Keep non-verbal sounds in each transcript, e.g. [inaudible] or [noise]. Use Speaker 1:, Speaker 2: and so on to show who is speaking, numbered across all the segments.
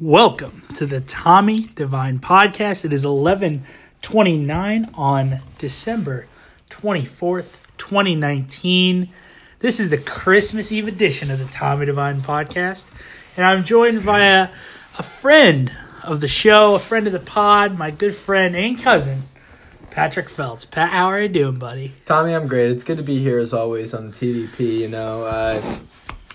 Speaker 1: Welcome to the Tommy Divine Podcast. It is 11:29 on December 24th, 2019. This is the Christmas Eve edition of the Tommy Divine Podcast, and I'm joined by a, a friend of the show, a friend of the pod, my good friend and cousin, Patrick Feltz. Pat, how are you doing, buddy?
Speaker 2: Tommy, I'm great. It's good to be here as always on the TDP. You know, uh,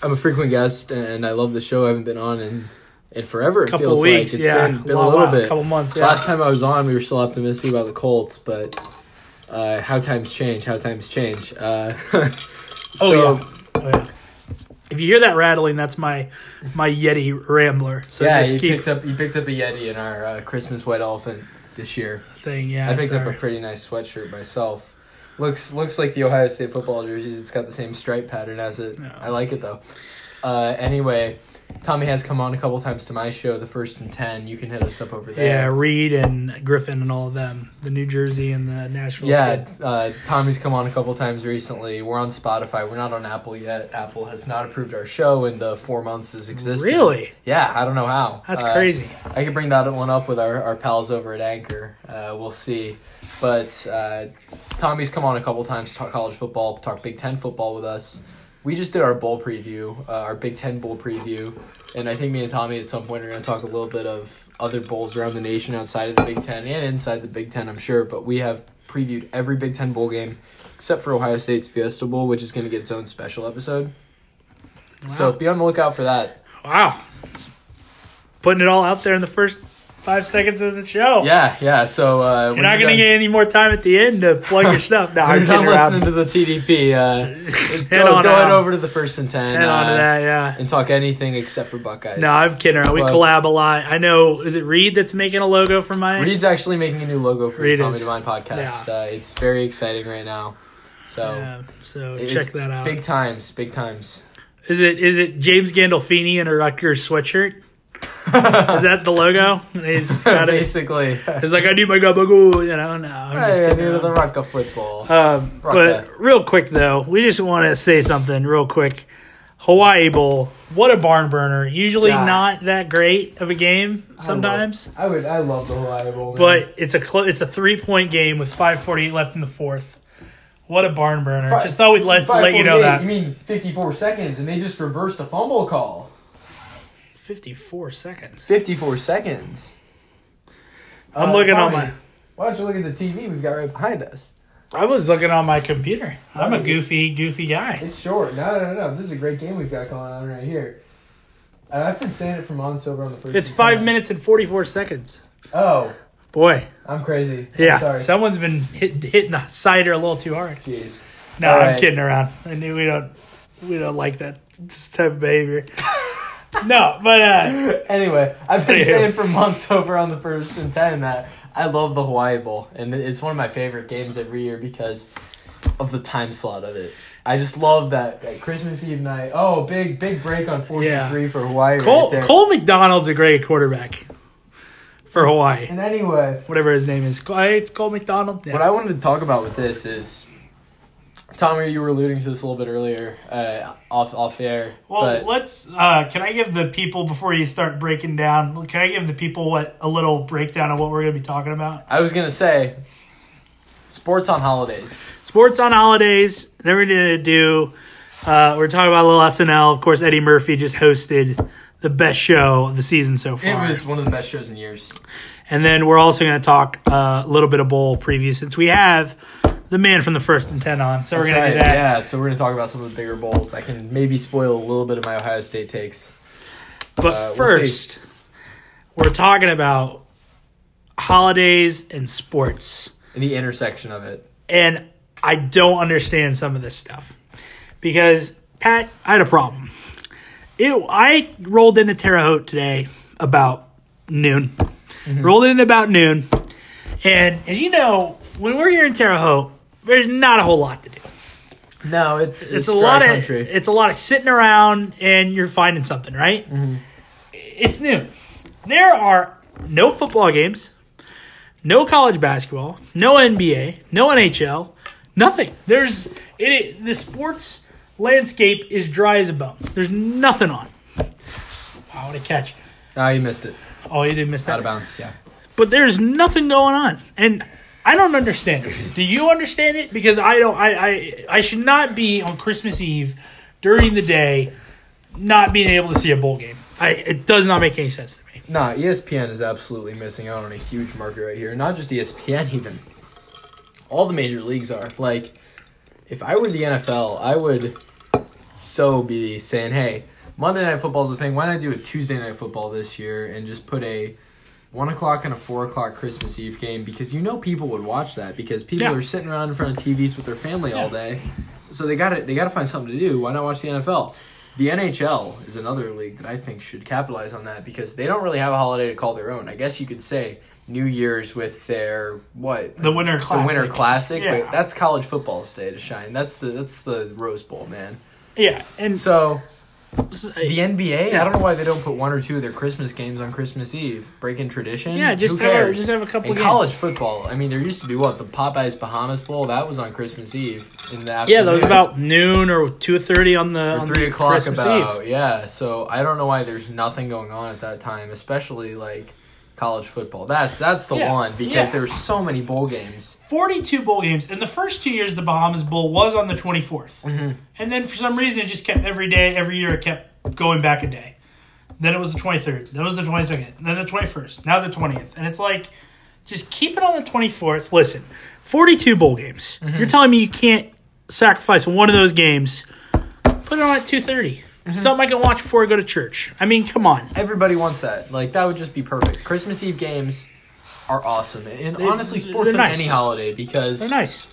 Speaker 2: I'm a frequent guest and I love the show. I haven't been on in, in forever. It
Speaker 1: Couple
Speaker 2: feels
Speaker 1: weeks,
Speaker 2: like It's
Speaker 1: yeah.
Speaker 2: been, been a
Speaker 1: Wow,
Speaker 2: little
Speaker 1: wow,
Speaker 2: bit.
Speaker 1: couple months, yeah.
Speaker 2: Last time I was on, we were still optimistic about the Colts, but uh, how times change. How times change. Uh, [laughs]
Speaker 1: Oh,
Speaker 2: so,
Speaker 1: yeah. Oh, yeah. If you hear that rattling, that's my my Yeti Rambler. So
Speaker 2: yeah,
Speaker 1: just
Speaker 2: you
Speaker 1: keep
Speaker 2: picked up you picked up a Yeti in our uh, Christmas white elephant this year.
Speaker 1: thing. Yeah,
Speaker 2: I
Speaker 1: it's
Speaker 2: picked up
Speaker 1: our-
Speaker 2: a pretty nice sweatshirt myself. Looks looks like the Ohio State football jerseys. It's got the same stripe pattern as it.
Speaker 1: Yeah.
Speaker 2: I like it though. Uh, anyway, Tommy has come on a couple times to my show, the first and ten. You can hit us up over
Speaker 1: Yeah,
Speaker 2: there.
Speaker 1: Reed and Griffin and all of them. The New Jersey and the Nashville. kid.
Speaker 2: Yeah, uh, Tommy's come on a couple times recently. We're on Spotify. We're not on Apple yet. Apple has not approved our show in the four months it's existed.
Speaker 1: Really?
Speaker 2: Yeah, I don't know how.
Speaker 1: That's
Speaker 2: Uh,
Speaker 1: crazy.
Speaker 2: I could bring that one up with our, our pals over at Anchor. Uh, we'll see. But uh, Tommy's come on a couple times to talk college football, talk Big Ten football with us. We just did our bowl preview, uh, our Big Ten bowl preview. And I think me and Tommy at some point are going to talk a little bit of other bowls around the nation outside of the Big Ten and inside the Big Ten, I'm sure. But we have previewed every Big Ten bowl game except for Ohio State's Fiesta Bowl, which is going to get its own special episode. So be on the lookout for that.
Speaker 1: Wow. Putting it all out there in the first five seconds of the show.
Speaker 2: Yeah, yeah. So uh,
Speaker 1: You're not going to get any more time at the end to plug
Speaker 2: [laughs]
Speaker 1: your stuff. No,
Speaker 2: When
Speaker 1: I'm
Speaker 2: you're done
Speaker 1: kidding
Speaker 2: listening
Speaker 1: around.
Speaker 2: to the TDP, uh,
Speaker 1: [laughs] Head
Speaker 2: go,
Speaker 1: on
Speaker 2: go ahead
Speaker 1: out.
Speaker 2: over to the first and ten
Speaker 1: Head on to
Speaker 2: uh,
Speaker 1: that, yeah.
Speaker 2: and talk anything except for Buckeyes.
Speaker 1: No, I'm kidding around. We
Speaker 2: Plug.
Speaker 1: collab a lot. I know, is it Reed that's making a logo for my
Speaker 2: Reed's actually making a new logo for
Speaker 1: Reed
Speaker 2: the Tommy
Speaker 1: is-
Speaker 2: Divine podcast.
Speaker 1: yeah.
Speaker 2: Uh, it's very exciting right now. So
Speaker 1: Yeah, so
Speaker 2: it's
Speaker 1: check that out.
Speaker 2: Big times,
Speaker 1: [laughs]
Speaker 2: big times.
Speaker 1: Is it is it James Gandolfini in a Rutgers sweatshirt? Is that the
Speaker 2: [laughs]
Speaker 1: logo? And he's got it.
Speaker 2: Basically,
Speaker 1: He's like, I need my gabagoo. You know, no, I'm just
Speaker 2: [laughs] hey, I
Speaker 1: kidding.
Speaker 2: needed the rock of football.
Speaker 1: Um,
Speaker 2: Rock
Speaker 1: but real quick though, we just want to say something real quick. Hawaii Bowl, what a barn burner. Usually
Speaker 2: Yeah.
Speaker 1: not that great of a game
Speaker 2: I
Speaker 1: sometimes,
Speaker 2: love- I, would. I love the Hawaii Bowl. man.
Speaker 1: but it's a clo- it's a three point game with 5:48 left in the fourth. What a barn burner!
Speaker 2: Fi-
Speaker 1: just thought we'd let
Speaker 2: Five
Speaker 1: let you know
Speaker 2: forty-eight,
Speaker 1: that.
Speaker 2: You mean fifty-four seconds, and they just reversed a fumble call.
Speaker 1: 54 seconds.
Speaker 2: Fifty-four seconds.
Speaker 1: I'm
Speaker 2: Uh,
Speaker 1: looking on
Speaker 2: Tommy,
Speaker 1: my.
Speaker 2: Why don't you look at the TV we've got right behind us?
Speaker 1: I was looking on my computer. I'm a
Speaker 2: Nice.
Speaker 1: goofy, goofy guy.
Speaker 2: It's short. No, no, no. This is a great game we've got going on right here. And I've been saying it for months over on the first.
Speaker 1: It's
Speaker 2: and
Speaker 1: five
Speaker 2: ten.
Speaker 1: minutes and 44 seconds.
Speaker 2: Oh,
Speaker 1: Boy,
Speaker 2: I'm crazy. I'm
Speaker 1: yeah,
Speaker 2: sorry.
Speaker 1: someone's been hit, hitting the cider a little too hard.
Speaker 2: Jeez.
Speaker 1: No,
Speaker 2: All
Speaker 1: I'm
Speaker 2: right.
Speaker 1: kidding around. I knew we don't we don't like that type of behavior. no, but
Speaker 2: [laughs]
Speaker 1: uh,
Speaker 2: Anyway, I've been
Speaker 1: Yeah.
Speaker 2: saying for months over on the first and ten that I love the Hawaii Bowl, and it's one of my favorite games every year because of the time slot of it. I just love that, that Christmas Eve night. Oh, big big break on forty three for Hawaii.
Speaker 1: Cole
Speaker 2: right there.
Speaker 1: Cole McDonald's a great quarterback for Hawaii.
Speaker 2: And anyway,
Speaker 1: Whatever his name is, Cole- it's Cole McDonald. Yeah.
Speaker 2: What I wanted to talk about with this is, Tommy, you were alluding to this a little bit earlier, uh, off off air.
Speaker 1: Well,
Speaker 2: but
Speaker 1: let's. Uh, can I give the people before you start breaking down? Can I give the people what a little breakdown of what we're going to be talking about?
Speaker 2: I was gonna say, sports on holidays.
Speaker 1: Sports on holidays. Then we're going to do. Uh, we're talking about a little SNL. Of course, Eddie Murphy just hosted the best show of the season so
Speaker 2: It
Speaker 1: far.
Speaker 2: was one of the best shows in years.
Speaker 1: and then we're also going to talk uh, a little bit of bowl preview since we have the man from the first and ten on. So we're going to do that.
Speaker 2: Yeah, so we're gonna talk about some of the bigger bowls. I can maybe spoil a little bit of my Ohio State takes.
Speaker 1: But
Speaker 2: Uh, we'll
Speaker 1: first, we're talking about holidays and sports.
Speaker 2: and The intersection of it.
Speaker 1: and I don't understand some of this stuff because Pat, I had a problem. It, I rolled into Terre Haute today about noon. Rolled in about noon, and as you know, when we're here in Terre Haute, there's not a whole lot to do.
Speaker 2: No, it's it's,
Speaker 1: It's, a lot
Speaker 2: dry
Speaker 1: of
Speaker 2: country.
Speaker 1: it's a lot of sitting around and you're finding something, right?
Speaker 2: Mm-hmm.
Speaker 1: It's noon. There are no football games, no college basketball, no NBA, no NHL, nothing. There's it, it the sports landscape is dry as a bone. There's nothing on. Wow, what a catch.
Speaker 2: Ah, you missed it.
Speaker 1: Oh, you did miss
Speaker 2: Out
Speaker 1: that.
Speaker 2: of bounds. Yeah.
Speaker 1: but there's nothing going on and i don't understand it do you understand it because i don't i i, I should not be on christmas eve during the day not being able to see a bowl game I, it does not make any sense to me
Speaker 2: Nah, E ESPN is absolutely missing out on a huge market right here. Not just E ESPN, [laughs] even all the major leagues are. Like, if I were the NFL, I would so be saying, "Hey, Monday Night Football's the thing. Why not do a Tuesday Night Football this year and just put a one o'clock and a four o'clock Christmas Eve game? Because you know people would watch that because people
Speaker 1: Yeah.
Speaker 2: are sitting around in front of TVs with their family all day, so they got to They got to find something to do. Why not watch the NFL? The NHL is another league that I think should capitalize on that because they don't really have a holiday to call their own. I guess you could say New Year's with their what
Speaker 1: The Winter
Speaker 2: the Winter
Speaker 1: Classic.
Speaker 2: Classic,
Speaker 1: Yeah.
Speaker 2: but that's college football's day to shine. That's the that's the Rose Bowl, man.
Speaker 1: yeah and so,
Speaker 2: So the NBA, I don't know why they don't put one or two of their Christmas games on Christmas Eve, breaking tradition.
Speaker 1: yeah just
Speaker 2: Who
Speaker 1: have, a,
Speaker 2: cares?
Speaker 1: just have a couple
Speaker 2: in
Speaker 1: games
Speaker 2: college football, I mean, there used to be what the Popeyes Bahamas Bowl that was on Christmas Eve in the afternoon.
Speaker 1: yeah that was about noon or 2.30 on the
Speaker 2: or
Speaker 1: on
Speaker 2: three
Speaker 1: the
Speaker 2: o'clock
Speaker 1: christmas
Speaker 2: about
Speaker 1: eve
Speaker 2: yeah. So I don't know why there's nothing going on at that time, especially like college football. That's that's the
Speaker 1: Yeah.
Speaker 2: one because
Speaker 1: Yeah.
Speaker 2: there's so many bowl games.
Speaker 1: 42 bowl games and the first two years the bahamas bowl was on the 24th
Speaker 2: Mhm.
Speaker 1: and then for some reason it just kept every day every year it kept going back a day then it was the 23rd then it was the 22nd then the 21st now the 20th and it's like just keep it on the 24th listen 42 bowl games
Speaker 2: Mm-hmm.
Speaker 1: you're telling me you can't sacrifice one of those games put it on at 2.30
Speaker 2: Mm-hmm.
Speaker 1: something i can watch before i go to church i mean come on
Speaker 2: Everybody wants that. Like that would just be perfect. Christmas Eve games are awesome, and honestly,
Speaker 1: they're
Speaker 2: sports on
Speaker 1: nice.
Speaker 2: any holiday because
Speaker 1: they're nice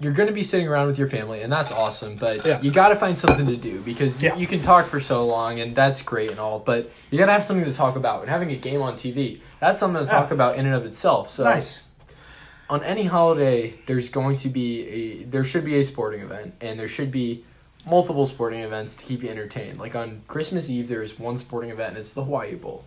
Speaker 2: you're going to be sitting around with your family, and that's awesome. But
Speaker 1: Yeah.
Speaker 2: you got to find something to do because you,
Speaker 1: Yeah.
Speaker 2: you can talk for so long, and that's great and all, but you got to have something to talk about. And having a game on TV, that's something to talk about in and of itself. So
Speaker 1: nice
Speaker 2: on any holiday, there's going to be a there should be a sporting event, and there should be multiple sporting events to keep you entertained. Like on Christmas Eve, there is one sporting event, and it's the Hawaii Bowl.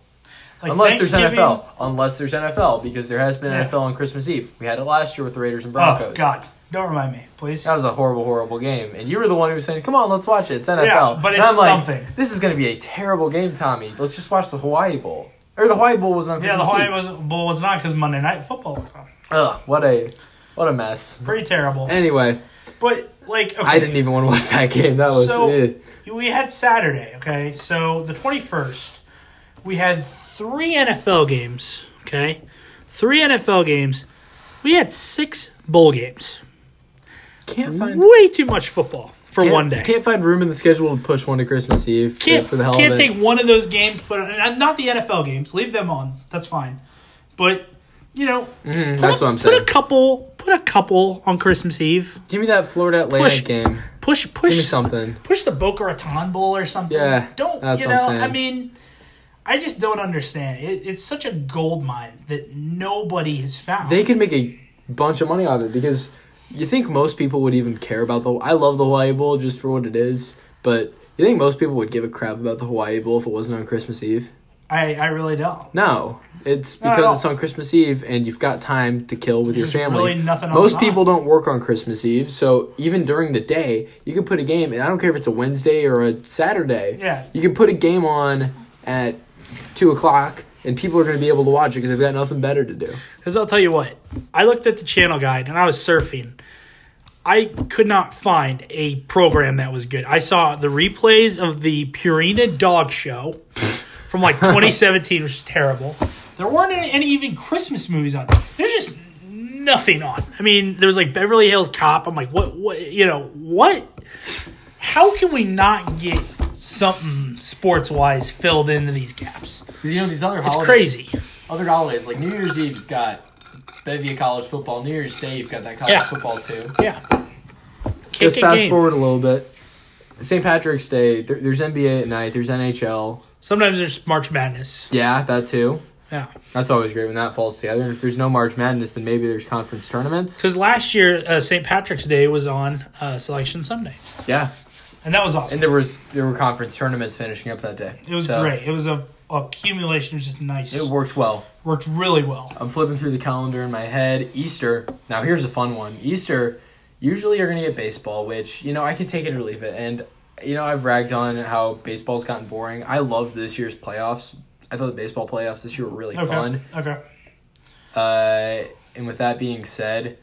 Speaker 1: like
Speaker 2: Unless there's
Speaker 1: Thanksgiving-
Speaker 2: NFL. Unless there's NFL, because there has been
Speaker 1: Yeah.
Speaker 2: NFL on Christmas Eve. We had it last year with the Raiders and Broncos.
Speaker 1: oh god don't remind me please
Speaker 2: That was a horrible, horrible game. And you were the one who was saying, come on, let's watch it. It's NFL.
Speaker 1: but
Speaker 2: And
Speaker 1: it's
Speaker 2: I'm like,
Speaker 1: something.
Speaker 2: This is going to be a terrible game, Tommy. Let's just watch the Hawaii Bowl. Or the Hawaii Bowl was on
Speaker 1: yeah the
Speaker 2: Christmas
Speaker 1: hawaii
Speaker 2: Eve.
Speaker 1: was, bowl was not because monday night football was on
Speaker 2: Ugh, what a, what a mess.
Speaker 1: pretty terrible
Speaker 2: Anyway,
Speaker 1: but like okay.
Speaker 2: Eh. I didn't even want to watch that game. That was
Speaker 1: So-
Speaker 2: eh.
Speaker 1: We had Saturday, okay? So the 21st, we had three NFL games, okay? Three NFL games. We had six bowl games.
Speaker 2: Can't find...
Speaker 1: Way too much football for
Speaker 2: can't-
Speaker 1: one day. Can't,
Speaker 2: Can't find room in the schedule to push one to Christmas Eve
Speaker 1: can't,
Speaker 2: for the hell of it.
Speaker 1: take one of those games, but and not the NFL games. Leave them on. That's fine. But, you know,
Speaker 2: Mhm,
Speaker 1: put,
Speaker 2: that's
Speaker 1: a,
Speaker 2: what I'm
Speaker 1: put a
Speaker 2: saying.
Speaker 1: couple put a couple on Christmas Eve.
Speaker 2: Give me that Florida Atlantic
Speaker 1: Push-
Speaker 2: game.
Speaker 1: Push
Speaker 2: Give
Speaker 1: push
Speaker 2: me something.
Speaker 1: push the Boca Raton Bowl or something.
Speaker 2: Yeah,
Speaker 1: don't
Speaker 2: that's
Speaker 1: you
Speaker 2: what I'm
Speaker 1: know?
Speaker 2: saying.
Speaker 1: I mean, I just don't understand. It, it's such a gold mine that nobody has found.
Speaker 2: they could make a bunch of money off it because you think most people would even care about the I love the Hawaii Bowl just for what it is, but you think most people would give a crap about the Hawaii Bowl if it wasn't on Christmas Eve?
Speaker 1: I I really don't.
Speaker 2: No, it's
Speaker 1: Not at
Speaker 2: because
Speaker 1: all.
Speaker 2: it's on Christmas Eve and you've got time to kill with
Speaker 1: There's
Speaker 2: your family.
Speaker 1: really nothing else
Speaker 2: most
Speaker 1: on.
Speaker 2: people don't work on Christmas Eve, so even during the day, you can put a game. And I don't care if it's a Wednesday or a Saturday.
Speaker 1: Yeah.
Speaker 2: you can put a game on at two o'clock, and people are going to be able to watch it because they've got nothing better to do.
Speaker 1: Because I'll tell you what, I looked at the channel guide and I was surfing. I could not find a program that was good. I saw the replays of the Purina Dog Show from
Speaker 2: [laughs]
Speaker 1: like 2017, which is terrible. There weren't any, any even Christmas movies on. There's just nothing on. I mean, there was like Beverly Hills Cop. I'm like, what? What? You know what? How can we not get something sports wise filled into these gaps?
Speaker 2: Because you know these other
Speaker 1: It's
Speaker 2: holidays,
Speaker 1: crazy.
Speaker 2: Other holidays like New Year's Eve, you've got bevy of college football. New Year's Day, you've got that college
Speaker 1: Yeah.
Speaker 2: football too.
Speaker 1: Yeah. Kick
Speaker 2: Just
Speaker 1: a
Speaker 2: fast
Speaker 1: game.
Speaker 2: forward a little bit. St. Patrick's Day. There, there's NBA at night. There's NHL.
Speaker 1: Sometimes there's March Madness.
Speaker 2: Yeah, that too.
Speaker 1: Yeah.
Speaker 2: That's always great when that falls together. If there's no March Madness, then maybe there's conference tournaments.
Speaker 1: Because last year, uh, St. Patrick's Day was on uh, Selection Sunday.
Speaker 2: Yeah,
Speaker 1: And that was awesome.
Speaker 2: and there was there were conference tournaments finishing up that day.
Speaker 1: it was
Speaker 2: So,
Speaker 1: great. It was a accumulation. It was just nice.
Speaker 2: It worked well.
Speaker 1: worked really well.
Speaker 2: I'm flipping through the calendar in my head. Easter. Now here's a fun one. Easter. Usually you're gonna get baseball, which you know I can take it or leave it. And you know I've ragged on how baseball's gotten boring. I love this year's playoffs I thought the baseball playoffs this year were really
Speaker 1: Okay.
Speaker 2: fun.
Speaker 1: Okay.
Speaker 2: Uh, and with that being said,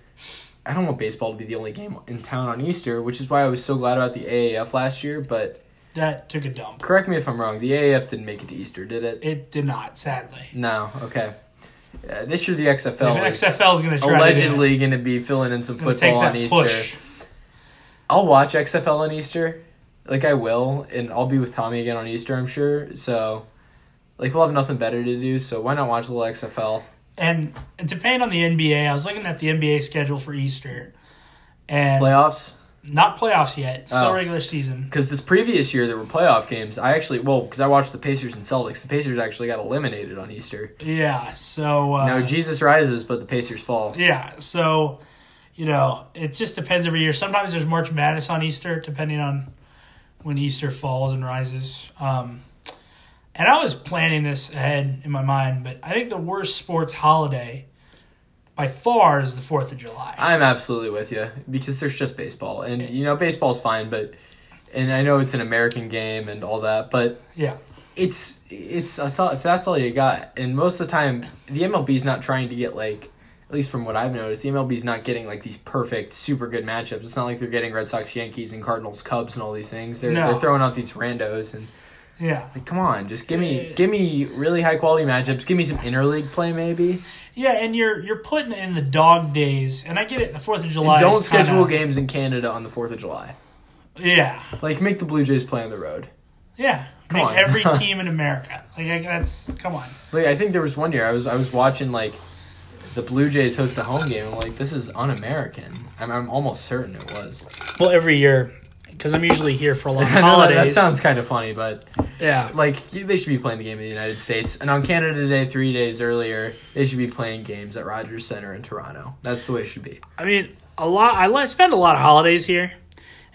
Speaker 2: I don't want baseball to be the only game in town on Easter, which is why I was so glad about the AAF last year. But
Speaker 1: That took a dump.
Speaker 2: correct me if I'm wrong. The AAF didn't make it to Easter, did it?
Speaker 1: It did not, sadly.
Speaker 2: No. Okay. Uh, this year, the XFL
Speaker 1: If
Speaker 2: is
Speaker 1: XFL is going to try to
Speaker 2: allegedly going to be filling in some
Speaker 1: do it, gonna take
Speaker 2: football on
Speaker 1: that
Speaker 2: Easter.
Speaker 1: push.
Speaker 2: I'll watch XFL on Easter. Like I will, and I'll be with Tommy again on Easter, I'm sure. So, like we'll have nothing better to do, so why not watch a little XFL?
Speaker 1: And depending on the NBA, I was looking at the NBA schedule for Easter, and
Speaker 2: Playoffs?
Speaker 1: not playoffs yet, still
Speaker 2: Oh.
Speaker 1: regular season.
Speaker 2: Because this previous year there were playoff games. I actually, well, because I watched the Pacers and Celtics. The Pacers actually got eliminated on Easter.
Speaker 1: Yeah, so uh,
Speaker 2: now Jesus rises, but the Pacers fall.
Speaker 1: yeah, so you know, it just depends every year. Sometimes there's March Madness on Easter, depending on when Easter falls and rises. Um, and I was planning this ahead in my mind, but I think the worst sports holiday by far is the Fourth of July.
Speaker 2: I'm absolutely with you because there's just baseball, and you know baseball's fine, but and I know it's an American game and all that, but
Speaker 1: yeah,
Speaker 2: it's it's that's all, if that's all you got, and most of the time the MLB's not trying to get like at least from what I've noticed, the MLB's not getting like these perfect, super good matchups. It's not like they're getting Red Sox, Yankees, and Cardinals, Cubs, and all these things. They're
Speaker 1: No.
Speaker 2: they're throwing out these randos and
Speaker 1: yeah.
Speaker 2: like, come on, just give me
Speaker 1: Yeah.
Speaker 2: give me really high quality matchups. Give me some interleague play maybe.
Speaker 1: Yeah, and you're you're putting in the dog days, and I get it. The Fourth of July.
Speaker 2: And don't
Speaker 1: is kinda-
Speaker 2: schedule games in Canada on the Fourth of July.
Speaker 1: Yeah,
Speaker 2: Like make the Blue Jays play on the road.
Speaker 1: yeah.
Speaker 2: Come
Speaker 1: Make
Speaker 2: on. [laughs]
Speaker 1: every team in America. Like I- that's come on.
Speaker 2: Like I think there was one year I was I was watching like the Blue Jays host a home game. I'm like, this is un-American. I'm I'm almost certain it was. [laughs]
Speaker 1: Well, every year, because I'm usually here for a long
Speaker 2: I know that-
Speaker 1: holidays.
Speaker 2: that sounds kind of funny, but
Speaker 1: yeah.
Speaker 2: like you- they should be playing the game in the United States and on Canada Day three days earlier. They should be playing games at Rogers Center in Toronto. That's the way it should be.
Speaker 1: I mean, a lot. I li- spend a lot of holidays here,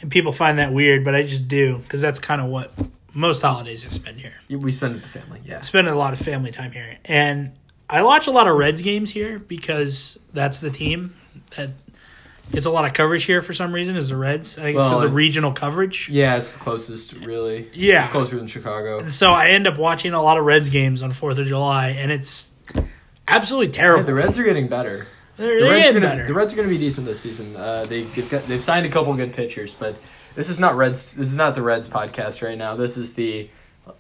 Speaker 1: and people find that weird, but I just do because that's kind of what most holidays I spend here.
Speaker 2: You- We spend it with the family. Yeah,
Speaker 1: Spend a lot of family time here, and I watch a lot of Reds games here because that's the team that gets a lot of coverage here for some reason. Is the Reds? I think it's
Speaker 2: Well,
Speaker 1: because of
Speaker 2: it's-
Speaker 1: regional coverage.
Speaker 2: yeah, it's the closest really.
Speaker 1: Yeah.
Speaker 2: it's closer than Chicago.
Speaker 1: So I end up watching a lot of Reds games on Fourth of July, and it's absolutely
Speaker 2: Yeah,
Speaker 1: terrible.
Speaker 2: the Reds are getting better.
Speaker 1: they're
Speaker 2: The
Speaker 1: they're
Speaker 2: Reds, are
Speaker 1: getting
Speaker 2: gonna,
Speaker 1: better.
Speaker 2: the Reds are going to be decent this season. Uh, they, they've got, they've signed a couple good pitchers, but this is not Reds. This is not the Reds podcast right now. This is the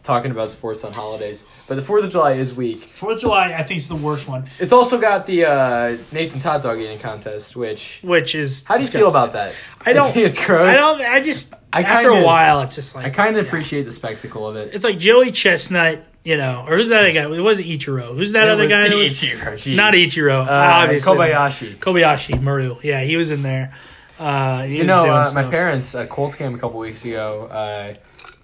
Speaker 2: talking about sports on holidays. But the Fourth of July is weak.
Speaker 1: Fourth of July, I think, is the worst one.
Speaker 2: It's also got the uh, Nathan's hot dog eating contest. Which
Speaker 1: Which is
Speaker 2: how do you feel about that?
Speaker 1: I don't-
Speaker 2: think [laughs] it's gross.
Speaker 1: I don't. I just
Speaker 2: I
Speaker 1: after
Speaker 2: kinda-
Speaker 1: a while, it's just
Speaker 2: I
Speaker 1: like
Speaker 2: kind of appreciate the spectacle of it.
Speaker 1: it's like Joey Chestnut, you know, or who's that other guy? It was Ichiro. Who's that
Speaker 2: It
Speaker 1: other
Speaker 2: was-
Speaker 1: guy? that was-
Speaker 2: Ichiro, jeez.
Speaker 1: Not Ichiro,
Speaker 2: Uh,
Speaker 1: obviously.
Speaker 2: Kobayashi.
Speaker 1: Kobayashi, Maru. Yeah, he was in there. Uh, he
Speaker 2: You
Speaker 1: was
Speaker 2: know,
Speaker 1: doing
Speaker 2: uh, my
Speaker 1: stuff.
Speaker 2: parents at Colts game a couple weeks ago. Uh,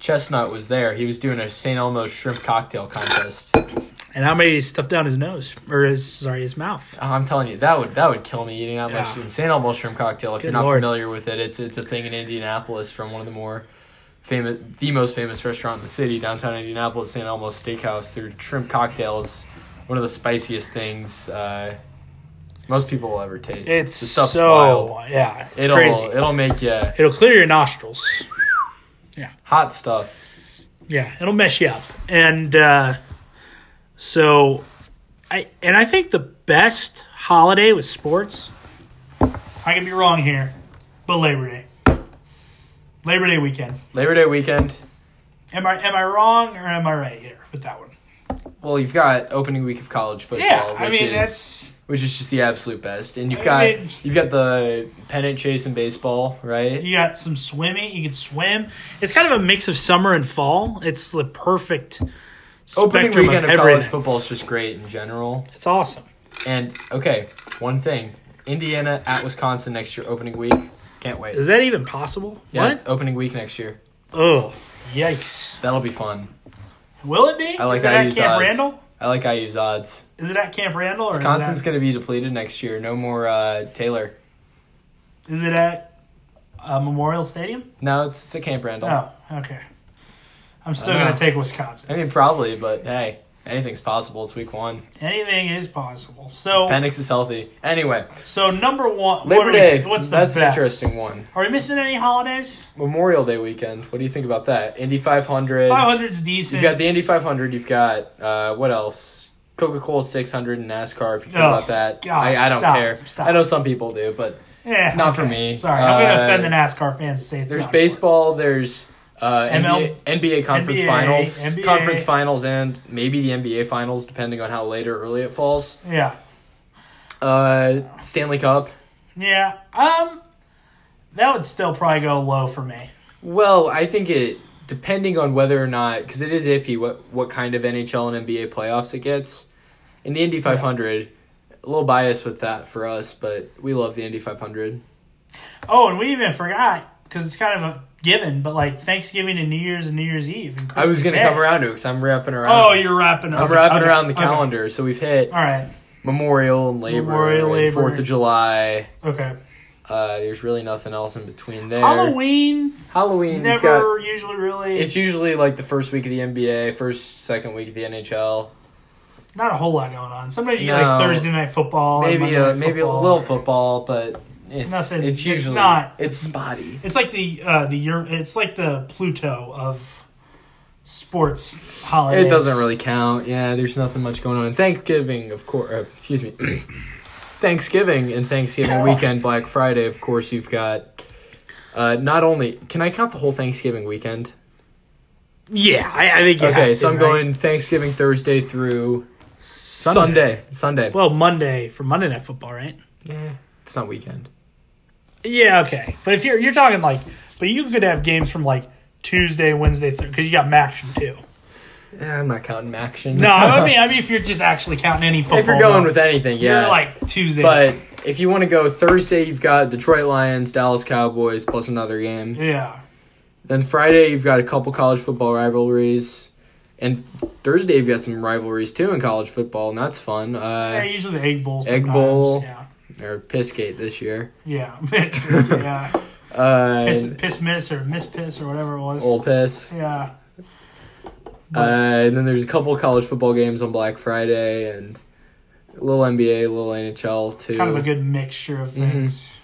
Speaker 2: Chestnut was there. He was doing a St. Elmo's shrimp cocktail contest. Oh,
Speaker 1: And how many stuff down his nose or his sorry his mouth?
Speaker 2: Oh, I'm telling you, that would that would kill me eating that much
Speaker 1: Yeah.
Speaker 2: insane almost shrimp cocktail. If
Speaker 1: Good
Speaker 2: you're not
Speaker 1: lord.
Speaker 2: familiar with it, it's it's a thing in Indianapolis from one of the more famous, the most famous restaurant in the city, downtown Indianapolis, St. Elmo's Steakhouse. Their shrimp cocktail is one of the spiciest things uh, most people will ever taste.
Speaker 1: It's
Speaker 2: The stuff's
Speaker 1: so
Speaker 2: wild.
Speaker 1: yeah, it's
Speaker 2: it'll
Speaker 1: crazy.
Speaker 2: it'll make you
Speaker 1: It'll clear your nostrils.
Speaker 2: hot stuff.
Speaker 1: Yeah, it'll mess you up. And uh, so, I and I think the best holiday with sports. I could be wrong here, but Labor Day. Labor Day weekend.
Speaker 2: Labor Day weekend.
Speaker 1: Am I am I wrong or am I right here with that one?
Speaker 2: Well, you've got opening week of college football.
Speaker 1: Yeah, I
Speaker 2: which
Speaker 1: mean
Speaker 2: is-
Speaker 1: that's
Speaker 2: which is just the absolute best. And you've
Speaker 1: I
Speaker 2: got
Speaker 1: mean-
Speaker 2: you've got the pennant chase in baseball, right?
Speaker 1: you got some swimming. You can swim. It's kind of a mix of summer and fall. It's the perfect
Speaker 2: Opening
Speaker 1: spectrum
Speaker 2: weekend
Speaker 1: of
Speaker 2: of college
Speaker 1: everything.
Speaker 2: football is just great in general.
Speaker 1: It's awesome.
Speaker 2: And okay, one thing: Indiana at Wisconsin next year, opening week. Can't wait.
Speaker 1: Is that even possible?
Speaker 2: yeah, it's
Speaker 1: What?
Speaker 2: opening week next year.
Speaker 1: Oh, yikes!
Speaker 2: That'll be fun.
Speaker 1: Will it be?
Speaker 2: I like
Speaker 1: Is it
Speaker 2: that
Speaker 1: at
Speaker 2: use
Speaker 1: Camp
Speaker 2: odds.
Speaker 1: Randall?
Speaker 2: I like IU's odds.
Speaker 1: Is it at Camp Randall or
Speaker 2: Wisconsin's
Speaker 1: is, it
Speaker 2: going to be depleted next year. No more uh, Taylor.
Speaker 1: at, is it at uh, Memorial Stadium?
Speaker 2: No, it's it's a Camp Randall.
Speaker 1: Oh, okay. I'm still
Speaker 2: I
Speaker 1: going
Speaker 2: know.
Speaker 1: to take Wisconsin.
Speaker 2: I mean, probably, but hey, Anything's possible. It's week one.
Speaker 1: Anything is possible. So,
Speaker 2: Penix is healthy. Anyway,
Speaker 1: so number one, what
Speaker 2: Labor
Speaker 1: are we-
Speaker 2: Day.
Speaker 1: what's the
Speaker 2: That's
Speaker 1: best?
Speaker 2: an interesting one.
Speaker 1: Are we missing any holidays?
Speaker 2: Memorial Day weekend. What do you think about that? Indy 500.
Speaker 1: 500's
Speaker 2: You've
Speaker 1: decent.
Speaker 2: got the Indy 500. You've got uh, what else? Coca Cola 600 and NASCAR. If you care
Speaker 1: Oh,
Speaker 2: about that,
Speaker 1: gosh,
Speaker 2: I, I don't
Speaker 1: stop,
Speaker 2: care.
Speaker 1: stop.
Speaker 2: I know some people do, but
Speaker 1: Eh,
Speaker 2: not for me.
Speaker 1: Sorry, I'm going
Speaker 2: Uh,
Speaker 1: to offend the NASCAR fans to say it's
Speaker 2: there's
Speaker 1: not
Speaker 2: baseball. There's uh,
Speaker 1: ML
Speaker 2: NBA, NBA conference
Speaker 1: NBA,
Speaker 2: finals,
Speaker 1: NBA.
Speaker 2: conference finals, and maybe the NBA finals, depending on how late or early it falls.
Speaker 1: important. Yeah.
Speaker 2: Uh, Stanley Cup.
Speaker 1: Yeah. Um, that would still probably go low for me.
Speaker 2: Well, I think it depending on whether or not because it is iffy what what kind of NHL and NBA playoffs it gets. In the Indy 500, a little biased with that for us, but we love the Indy 500.
Speaker 1: Oh, and we even forgot because it's kind of a given, but like Thanksgiving and New Year's and New Year's Eve. And
Speaker 2: I
Speaker 1: Christmas
Speaker 2: was gonna
Speaker 1: Day.
Speaker 2: come around to it because I'm wrapping around.
Speaker 1: Oh, you're wrapping.
Speaker 2: I'm
Speaker 1: okay,
Speaker 2: wrapping
Speaker 1: okay,
Speaker 2: around the
Speaker 1: okay.
Speaker 2: calendar, so we've hit
Speaker 1: All right.
Speaker 2: Memorial and Labor,
Speaker 1: Memorial,
Speaker 2: and
Speaker 1: Labor.
Speaker 2: Fourth of July.
Speaker 1: Okay.
Speaker 2: Uh, there's really nothing else in between there.
Speaker 1: Halloween
Speaker 2: Halloween you've got-
Speaker 1: never usually really.
Speaker 2: it's usually like the first week of the NBA, first second week of the NHL.
Speaker 1: not a whole lot going on. Sometimes you get
Speaker 2: No.
Speaker 1: like Thursday night football. and
Speaker 2: maybe
Speaker 1: Monday
Speaker 2: a
Speaker 1: night
Speaker 2: maybe a
Speaker 1: football.
Speaker 2: little football, but it's,
Speaker 1: Nothing.
Speaker 2: It's
Speaker 1: It's
Speaker 2: usually
Speaker 1: not.
Speaker 2: it's spotty.
Speaker 1: It's like the uh, the Eur- it's like the Pluto of sports holidays.
Speaker 2: It doesn't really count. Yeah, there's nothing much going on. And Thanksgiving, of course. Uh, excuse me. [clears throat] Thanksgiving and Thanksgiving weekend, Black Friday. Of course, you've got. Uh, not only can I count the whole Thanksgiving weekend.
Speaker 1: Yeah, I, I think you
Speaker 2: Okay,
Speaker 1: have
Speaker 2: so
Speaker 1: to,
Speaker 2: I'm
Speaker 1: right?
Speaker 2: going Thanksgiving Thursday through
Speaker 1: Sunday.
Speaker 2: Sunday. Sunday.
Speaker 1: Well, Monday for Monday Night Football, right?
Speaker 2: Yeah, it's not weekend.
Speaker 1: Yeah, okay. But if you're you're talking like, but you could have games from like Tuesday, Wednesday, because you got Maction too.
Speaker 2: Eh, I'm not counting action.
Speaker 1: No,
Speaker 2: [laughs]
Speaker 1: I mean, I mean, if you're just actually counting any football,
Speaker 2: if you're going
Speaker 1: though,
Speaker 2: with anything, yeah,
Speaker 1: you're like Tuesday,
Speaker 2: But if you want to go Thursday, you've got Detroit Lions, Dallas Cowboys, plus another game.
Speaker 1: yeah,
Speaker 2: Then Friday, you've got a couple college football rivalries. And Thursday, you've got some rivalries too in college football, and that's fun.
Speaker 1: yeah,
Speaker 2: Uh,
Speaker 1: usually the Egg Bowl,
Speaker 2: Egg
Speaker 1: sometimes,
Speaker 2: Bowl.
Speaker 1: yeah,
Speaker 2: or Pissgate this year.
Speaker 1: yeah, [laughs] yeah,
Speaker 2: Uh,
Speaker 1: piss, piss miss or miss piss or whatever it was,
Speaker 2: Old Piss.
Speaker 1: yeah,
Speaker 2: Uh, and then there's a couple college football games on Black Friday, and a little NBA, a little NHL too.
Speaker 1: kind of a good mixture of
Speaker 2: Mhm.
Speaker 1: things.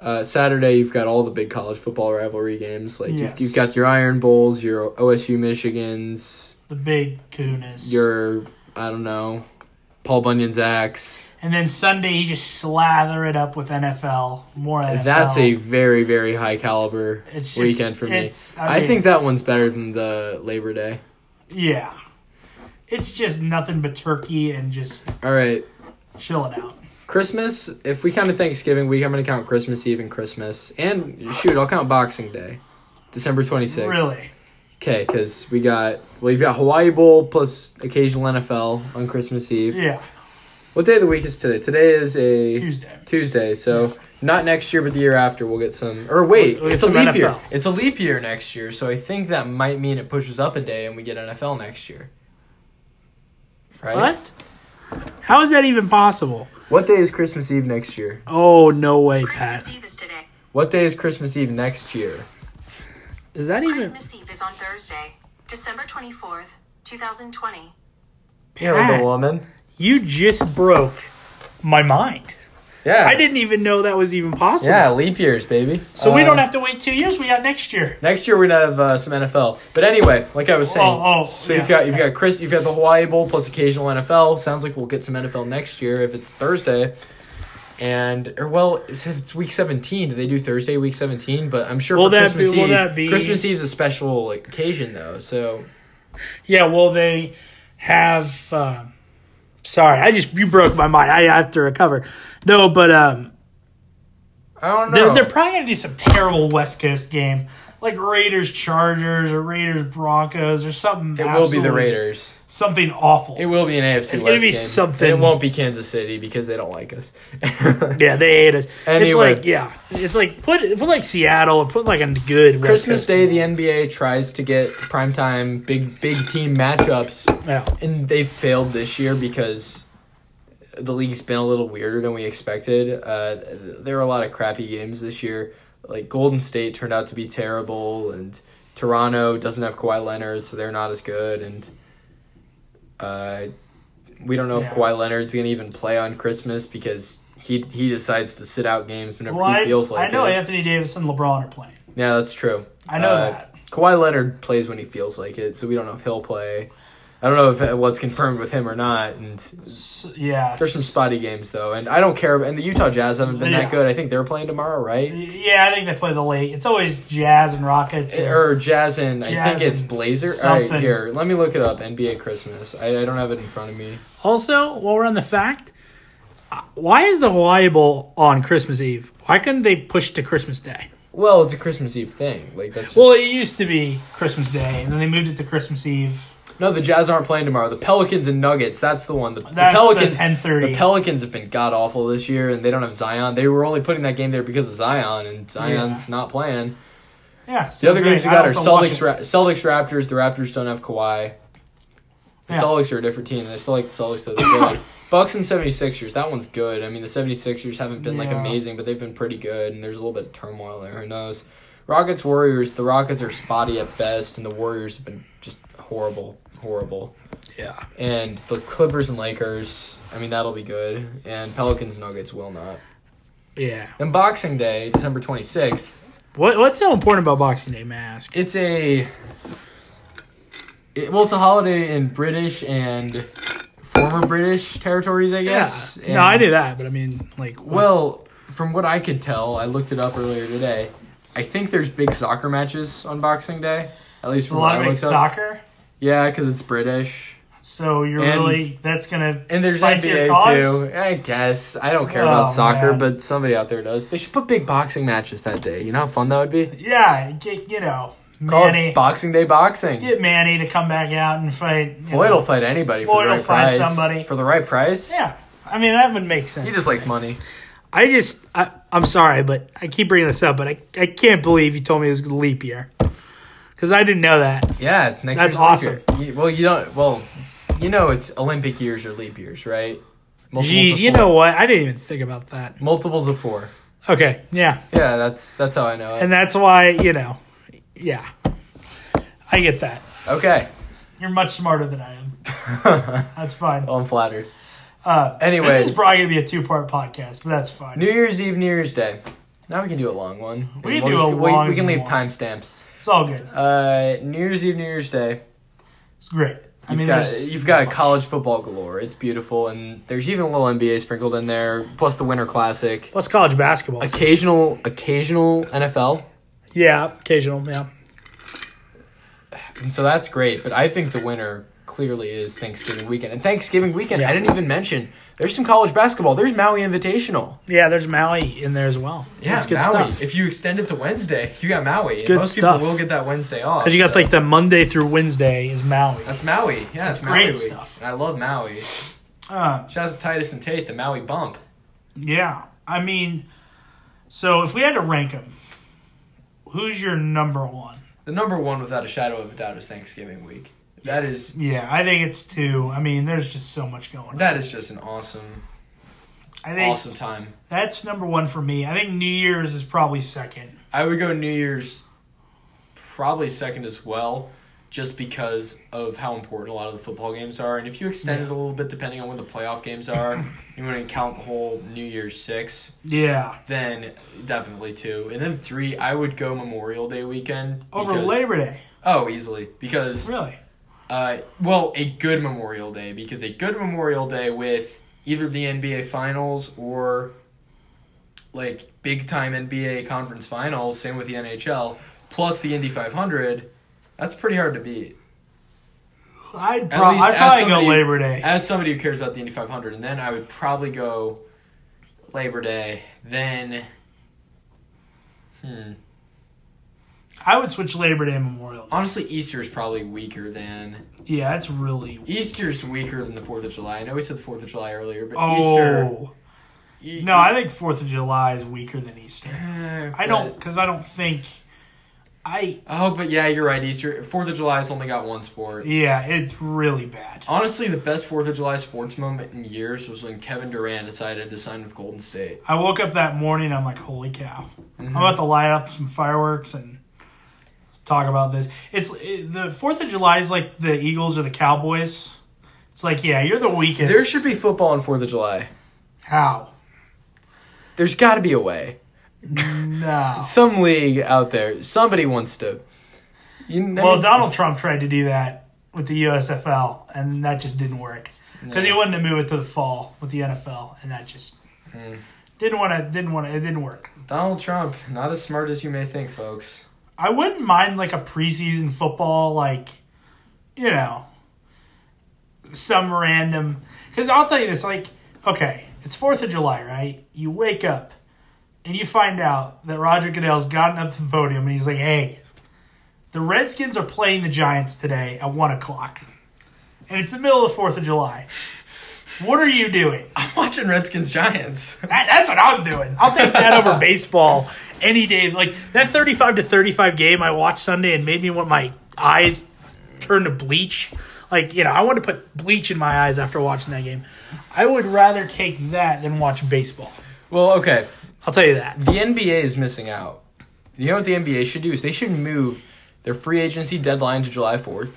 Speaker 2: uh, Saturday, you've got all the big college football rivalry games. Like
Speaker 1: Yes.
Speaker 2: you've, you've got your Iron Bowls, your OSU Michigans,
Speaker 1: The big kunas,
Speaker 2: your I don't know, Paul Bunyan's axe.
Speaker 1: and then Sunday you just slather it up with NFL, more NFL.
Speaker 2: That's a very very high caliber
Speaker 1: It's just-
Speaker 2: weekend for me.
Speaker 1: it's- I
Speaker 2: I,
Speaker 1: mean-
Speaker 2: think that one's better than the Labor Day.
Speaker 1: Yeah. It's just nothing but turkey and just
Speaker 2: All right,
Speaker 1: chilling out.
Speaker 2: Christmas. If we count a Thanksgiving week, I'm gonna count Christmas Eve and Christmas, and shoot, I'll count Boxing Day, December 26th.
Speaker 1: Really.
Speaker 2: Okay, because we got well, you've got Hawaii Bowl plus occasional NFL on Christmas Eve.
Speaker 1: Yeah.
Speaker 2: What day of the week is today? Today is a
Speaker 1: Tuesday.
Speaker 2: Tuesday. So not next year, but the year after, we'll get some. Or wait,
Speaker 1: We'll get
Speaker 2: it's a
Speaker 1: some
Speaker 2: leap
Speaker 1: NFL.
Speaker 2: year. It's a leap year next year, so I think that might mean it pushes up a day and we get NFL next year. Right?
Speaker 1: What? How is that even possible?
Speaker 2: What day is Christmas Eve next year?
Speaker 1: Oh, no way, Pat.
Speaker 3: Christmas Eve is today.
Speaker 2: What day is Christmas Eve next year?
Speaker 1: Is that even
Speaker 3: Christmas Eve is on Thursday, December 24th, 2020.
Speaker 2: Yeah,
Speaker 1: Pat,
Speaker 2: woman.
Speaker 1: You just broke my mind.
Speaker 2: Yeah.
Speaker 1: I didn't even know that was even possible.
Speaker 2: Yeah, leap years, baby.
Speaker 1: So we
Speaker 2: Uh,
Speaker 1: don't have to wait 2 years. We got next year.
Speaker 2: Next year we're gonna have uh, some NFL, but anyway, like I was saying,
Speaker 1: Oh, oh,
Speaker 2: so
Speaker 1: yeah.
Speaker 2: you've got you've got Chris, you've got the Hawaii Bowl plus occasional NFL. Sounds like we'll get some NFL next year if it's Thursday, and or well, it's, it's week seventeen. Do they do Thursday week seventeen? But I'm sure
Speaker 1: Will
Speaker 2: for
Speaker 1: that
Speaker 2: Christmas
Speaker 1: be- will
Speaker 2: Eve,
Speaker 1: that be-
Speaker 2: Christmas Eve's a special occasion though. So
Speaker 1: Yeah, well, they have. Um, sorry, I just. You broke my mind. I have to recover. No, but. um
Speaker 2: I don't know.
Speaker 1: They're, they're probably going to do some terrible West Coast game, like Raiders Chargers or Raiders Broncos or something.
Speaker 2: it will be
Speaker 1: absolutely-
Speaker 2: the Raiders.
Speaker 1: Something awful.
Speaker 2: It will be an AFC.
Speaker 1: It's gonna
Speaker 2: West
Speaker 1: be
Speaker 2: game.
Speaker 1: something-
Speaker 2: It won't be Kansas City because they don't
Speaker 1: [laughs]
Speaker 2: like us.
Speaker 1: yeah, they hate us. It's
Speaker 2: Anyway.
Speaker 1: like yeah, it's like put put like Seattle or put like a good West
Speaker 2: Christmas
Speaker 1: Coast
Speaker 2: Day, the
Speaker 1: team.
Speaker 2: NBA tries to get primetime big big team matchups
Speaker 1: Yeah.
Speaker 2: and they failed this year because the league's been a little weirder than we expected. Uh, there were a lot of crappy games this year. Like Golden State turned out to be terrible, and Toronto doesn't have Kawhi Leonard, so they're not as good. And Uh, we don't know
Speaker 1: Yeah.
Speaker 2: if Kawhi Leonard's gonna even play on Christmas because he he decides to sit out games whenever
Speaker 1: Well, I,
Speaker 2: he feels like
Speaker 1: I know
Speaker 2: it.
Speaker 1: Anthony Davis and LeBron are playing.
Speaker 2: Yeah, that's true. Uh,
Speaker 1: I know that.
Speaker 2: Kawhi Leonard plays when he feels like it, so we don't know if he'll play. I don't know if uh, what's confirmed with him or not, and
Speaker 1: So, yeah.
Speaker 2: there's some spotty games though, and I don't care. And the Utah Jazz haven't been
Speaker 1: Yeah.
Speaker 2: that good. I think they're playing tomorrow, right?
Speaker 1: Yeah, I think they play the late. It's always Jazz and Rockets. or-
Speaker 2: Or Jazz and I
Speaker 1: Jazz
Speaker 2: think it's
Speaker 1: and
Speaker 2: Blazer. All
Speaker 1: something.
Speaker 2: right, here, let me look it up. NBA Christmas. I, I don't have it in front of me.
Speaker 1: also, while we're on the fact, uh, why is the Hawaii Bowl on Christmas Eve? Why couldn't they push to Christmas Day?
Speaker 2: Well, it's a Christmas Eve thing. Like that's
Speaker 1: Well, it used to be Christmas Day, and then they moved it to Christmas Eve.
Speaker 2: no. The Jazz aren't playing tomorrow. The Pelicans and Nuggets. That's the one. The, the
Speaker 1: That's the
Speaker 2: Pelicans.
Speaker 1: 10:30.
Speaker 2: The Pelicans have been god awful this year, and they don't have Zion. They were only putting that game there because of Zion, and Zion's not playing.
Speaker 1: Yeah. So
Speaker 2: The other
Speaker 1: great.
Speaker 2: games we
Speaker 1: I
Speaker 2: got are
Speaker 1: don't watch
Speaker 2: Celtics,
Speaker 1: it.
Speaker 2: Ra- Celtics, Raptors. The Raptors don't have Kawhi. The
Speaker 1: Yeah.
Speaker 2: Celtics are a different team. and I still like the Celtics though.
Speaker 1: [coughs]
Speaker 2: They're good. Bucks and 76ers. That one's good. I mean, the 76ers haven't been like
Speaker 1: Yeah.
Speaker 2: amazing, but they've been pretty good. And there's a little bit of turmoil there. Who knows? Rockets, Warriors. The Rockets are spotty at best, and the Warriors have been just horrible, horrible.
Speaker 1: Yeah.
Speaker 2: And the Clippers and Lakers. I mean, that'll be good. And Pelicans, Nuggets will not.
Speaker 1: Yeah.
Speaker 2: Then Boxing Day, December 26th.
Speaker 1: What What's so important about Boxing Day, may I ask?
Speaker 2: it's a it, well, it's a holiday in British and former British territories, I guess.
Speaker 1: Yeah. No, I
Speaker 2: do.
Speaker 1: knew that, but I mean, like, what-
Speaker 2: Well, from what I could tell, I looked it up earlier today. I think there's big soccer matches on Boxing Day. At
Speaker 1: a
Speaker 2: least from
Speaker 1: lot
Speaker 2: what
Speaker 1: of
Speaker 2: I
Speaker 1: big
Speaker 2: looked up.
Speaker 1: soccer.
Speaker 2: Yeah, because it's British.
Speaker 1: So you're
Speaker 2: And-
Speaker 1: really that's gonna
Speaker 2: And there's
Speaker 1: Fight to your cause?
Speaker 2: NBA too. I guess I don't care
Speaker 1: Oh,
Speaker 2: about soccer,
Speaker 1: man.
Speaker 2: but somebody out there does. They should put big boxing matches that day. You know how fun that would be.
Speaker 1: yeah, get, you know,
Speaker 2: Call it
Speaker 1: Manny,
Speaker 2: Boxing Day boxing.
Speaker 1: get Manny to come back out and fight. you
Speaker 2: Floyd
Speaker 1: know.
Speaker 2: will fight anybody
Speaker 1: Floyd
Speaker 2: for
Speaker 1: will
Speaker 2: the right
Speaker 1: fight
Speaker 2: price.
Speaker 1: somebody.
Speaker 2: For the right price?
Speaker 1: Yeah, I mean that would make sense.
Speaker 2: He just likes money.
Speaker 1: I just, I, I'm sorry, but I keep bringing this up, but I, I can't believe you told me it was leap year because I didn't know that.
Speaker 2: Yeah, next
Speaker 1: That's
Speaker 2: year's leap
Speaker 1: awesome.
Speaker 2: year. You- well, you don't. Well, you know it's Olympic years or leap years, right? Multiples
Speaker 1: Jeez,
Speaker 2: of
Speaker 1: you
Speaker 2: four.
Speaker 1: know what? I didn't even think about that.
Speaker 2: multiples of four.
Speaker 1: Okay, yeah,
Speaker 2: Yeah, that's that's how I know it.
Speaker 1: and that's why you know, yeah, I get that.
Speaker 2: okay,
Speaker 1: You're much smarter than I am.
Speaker 2: [laughs]
Speaker 1: That's fine.
Speaker 2: well, I'm flattered.
Speaker 1: Uh,
Speaker 2: Anyway.
Speaker 1: this is probably gonna be a two part podcast, but that's fine.
Speaker 2: New Year's Eve, New Year's Day. Now we can do a long one.
Speaker 1: We can
Speaker 2: We'll
Speaker 1: do a
Speaker 2: just- we-
Speaker 1: long
Speaker 2: We can leave
Speaker 1: one.
Speaker 2: timestamps.
Speaker 1: it's all good.
Speaker 2: Uh, New Year's Eve, New Year's Day.
Speaker 1: It's great. I
Speaker 2: You've
Speaker 1: mean,
Speaker 2: got,
Speaker 1: there's
Speaker 2: you've got
Speaker 1: not much.
Speaker 2: college football galore. It's beautiful, and there's even a little NBA sprinkled in there, plus the Winter Classic.
Speaker 1: plus college basketball.
Speaker 2: occasional occasional NFL.
Speaker 1: Yeah, occasional. Yeah,
Speaker 2: And so that's great, but I think the winner clearly is Thanksgiving weekend. And Thanksgiving weekend,
Speaker 1: Yeah.
Speaker 2: I didn't even mention. There's some college basketball. There's Maui Invitational.
Speaker 1: yeah. There's Maui in there as well. that's good
Speaker 2: Maui.
Speaker 1: stuff.
Speaker 2: If you extend it to Wednesday, you got Maui. And
Speaker 1: good
Speaker 2: most
Speaker 1: stuff.
Speaker 2: people will get that Wednesday off.
Speaker 1: Because you got
Speaker 2: so-
Speaker 1: like the Monday through Wednesday is Maui.
Speaker 2: that's Maui. Yeah, it's Maui
Speaker 1: great
Speaker 2: week.
Speaker 1: stuff.
Speaker 2: And I love Maui.
Speaker 1: Um,
Speaker 2: Shout out to Titus and Tate, the Maui bump.
Speaker 1: yeah, I mean, so if we had to rank them, who's your number one?
Speaker 2: The number one, without a shadow of a doubt, is Thanksgiving week. That is
Speaker 1: Yeah, I think it's two. I mean, there's just so much going on.
Speaker 2: that is just an awesome,
Speaker 1: I think
Speaker 2: awesome time.
Speaker 1: that's number one for me. I think New Year's is probably second.
Speaker 2: I would go New Year's probably second as well, just because of how important a lot of the football games are. And if you extend it a little bit, depending on when the playoff
Speaker 1: [coughs]
Speaker 2: games are, you want to count the whole New Year's six,
Speaker 1: Yeah,
Speaker 2: then definitely two. And then three, I would go Memorial Day weekend.
Speaker 1: over
Speaker 2: because-
Speaker 1: Labor Day,
Speaker 2: Oh, easily. Because
Speaker 1: really.
Speaker 2: uh, well, a good Memorial Day because a good Memorial Day with either the NBA Finals or like big time NBA Conference Finals, same with the NHL, plus the Indy 500, that's pretty hard to beat.
Speaker 1: I'd,
Speaker 2: At
Speaker 1: prob-
Speaker 2: least
Speaker 1: I'd
Speaker 2: as
Speaker 1: probably
Speaker 2: somebody-
Speaker 1: go Labor Day.
Speaker 2: As somebody who cares about the Indy 500, and then I would probably go Labor Day, then. Hmm.
Speaker 1: I would switch Labor Day and Memorial. Day.
Speaker 2: Honestly, Easter is probably weaker than
Speaker 1: Yeah, that's really.
Speaker 2: Easter's weaker than the Fourth of July. I know we said the Fourth of July earlier, but Easter.
Speaker 1: Oh
Speaker 2: E- [sighs]
Speaker 1: no, I think Fourth of July is weaker than Easter. I
Speaker 2: I
Speaker 1: don't because I don't think. I
Speaker 2: Oh, but yeah, you're right. Easter Fourth of July's only got one sport.
Speaker 1: yeah, it's really bad.
Speaker 2: Honestly, the best Fourth of July sports moment in years was when Kevin Durant decided to sign with Golden State.
Speaker 1: I woke up that morning. I'm like, holy cow! I'm
Speaker 2: Mm-hmm.
Speaker 1: about to light up some fireworks and talk about this. It's it, the Fourth of July is like the Eagles or the Cowboys. It's like, yeah, you're the weakest.
Speaker 2: There should be football on Fourth of July.
Speaker 1: How?
Speaker 2: There's got to be a way.
Speaker 1: No.
Speaker 2: Some league out there. Somebody wants to. You, I
Speaker 1: Well,
Speaker 2: mean,
Speaker 1: Donald Trump tried to do that with the USFL, and that just didn't work because he wanted to move it to the fall with the NFL, and that just
Speaker 2: Mm.
Speaker 1: didn't want to. Didn't want to. It didn't work.
Speaker 2: Donald Trump, not as smart as you may
Speaker 1: [laughs]
Speaker 2: think, folks.
Speaker 1: I wouldn't mind like a preseason football, like you know, some random. Because I'll tell you this, like, okay, it's Fourth of July, right? You wake up and you find out that Roger Goodell's gotten up to the podium and he's like, "Hey, the Redskins are playing the Giants today at one o'clock, and it's the middle of the Fourth of July. What are you doing?"
Speaker 2: I'm watching Redskins Giants.
Speaker 1: That, that's what I'm doing. I'll take that over baseball any day. Like that 35 to 35 game I watched Sunday and made me want my eyes turn to bleach. Like, you know, I want to put bleach in my eyes after watching that game. I would rather take that than watch baseball.
Speaker 2: well, okay.
Speaker 1: I'll tell you that.
Speaker 2: The NBA is missing out. You know what the NBA should do is they should move their free agency deadline to July 4th.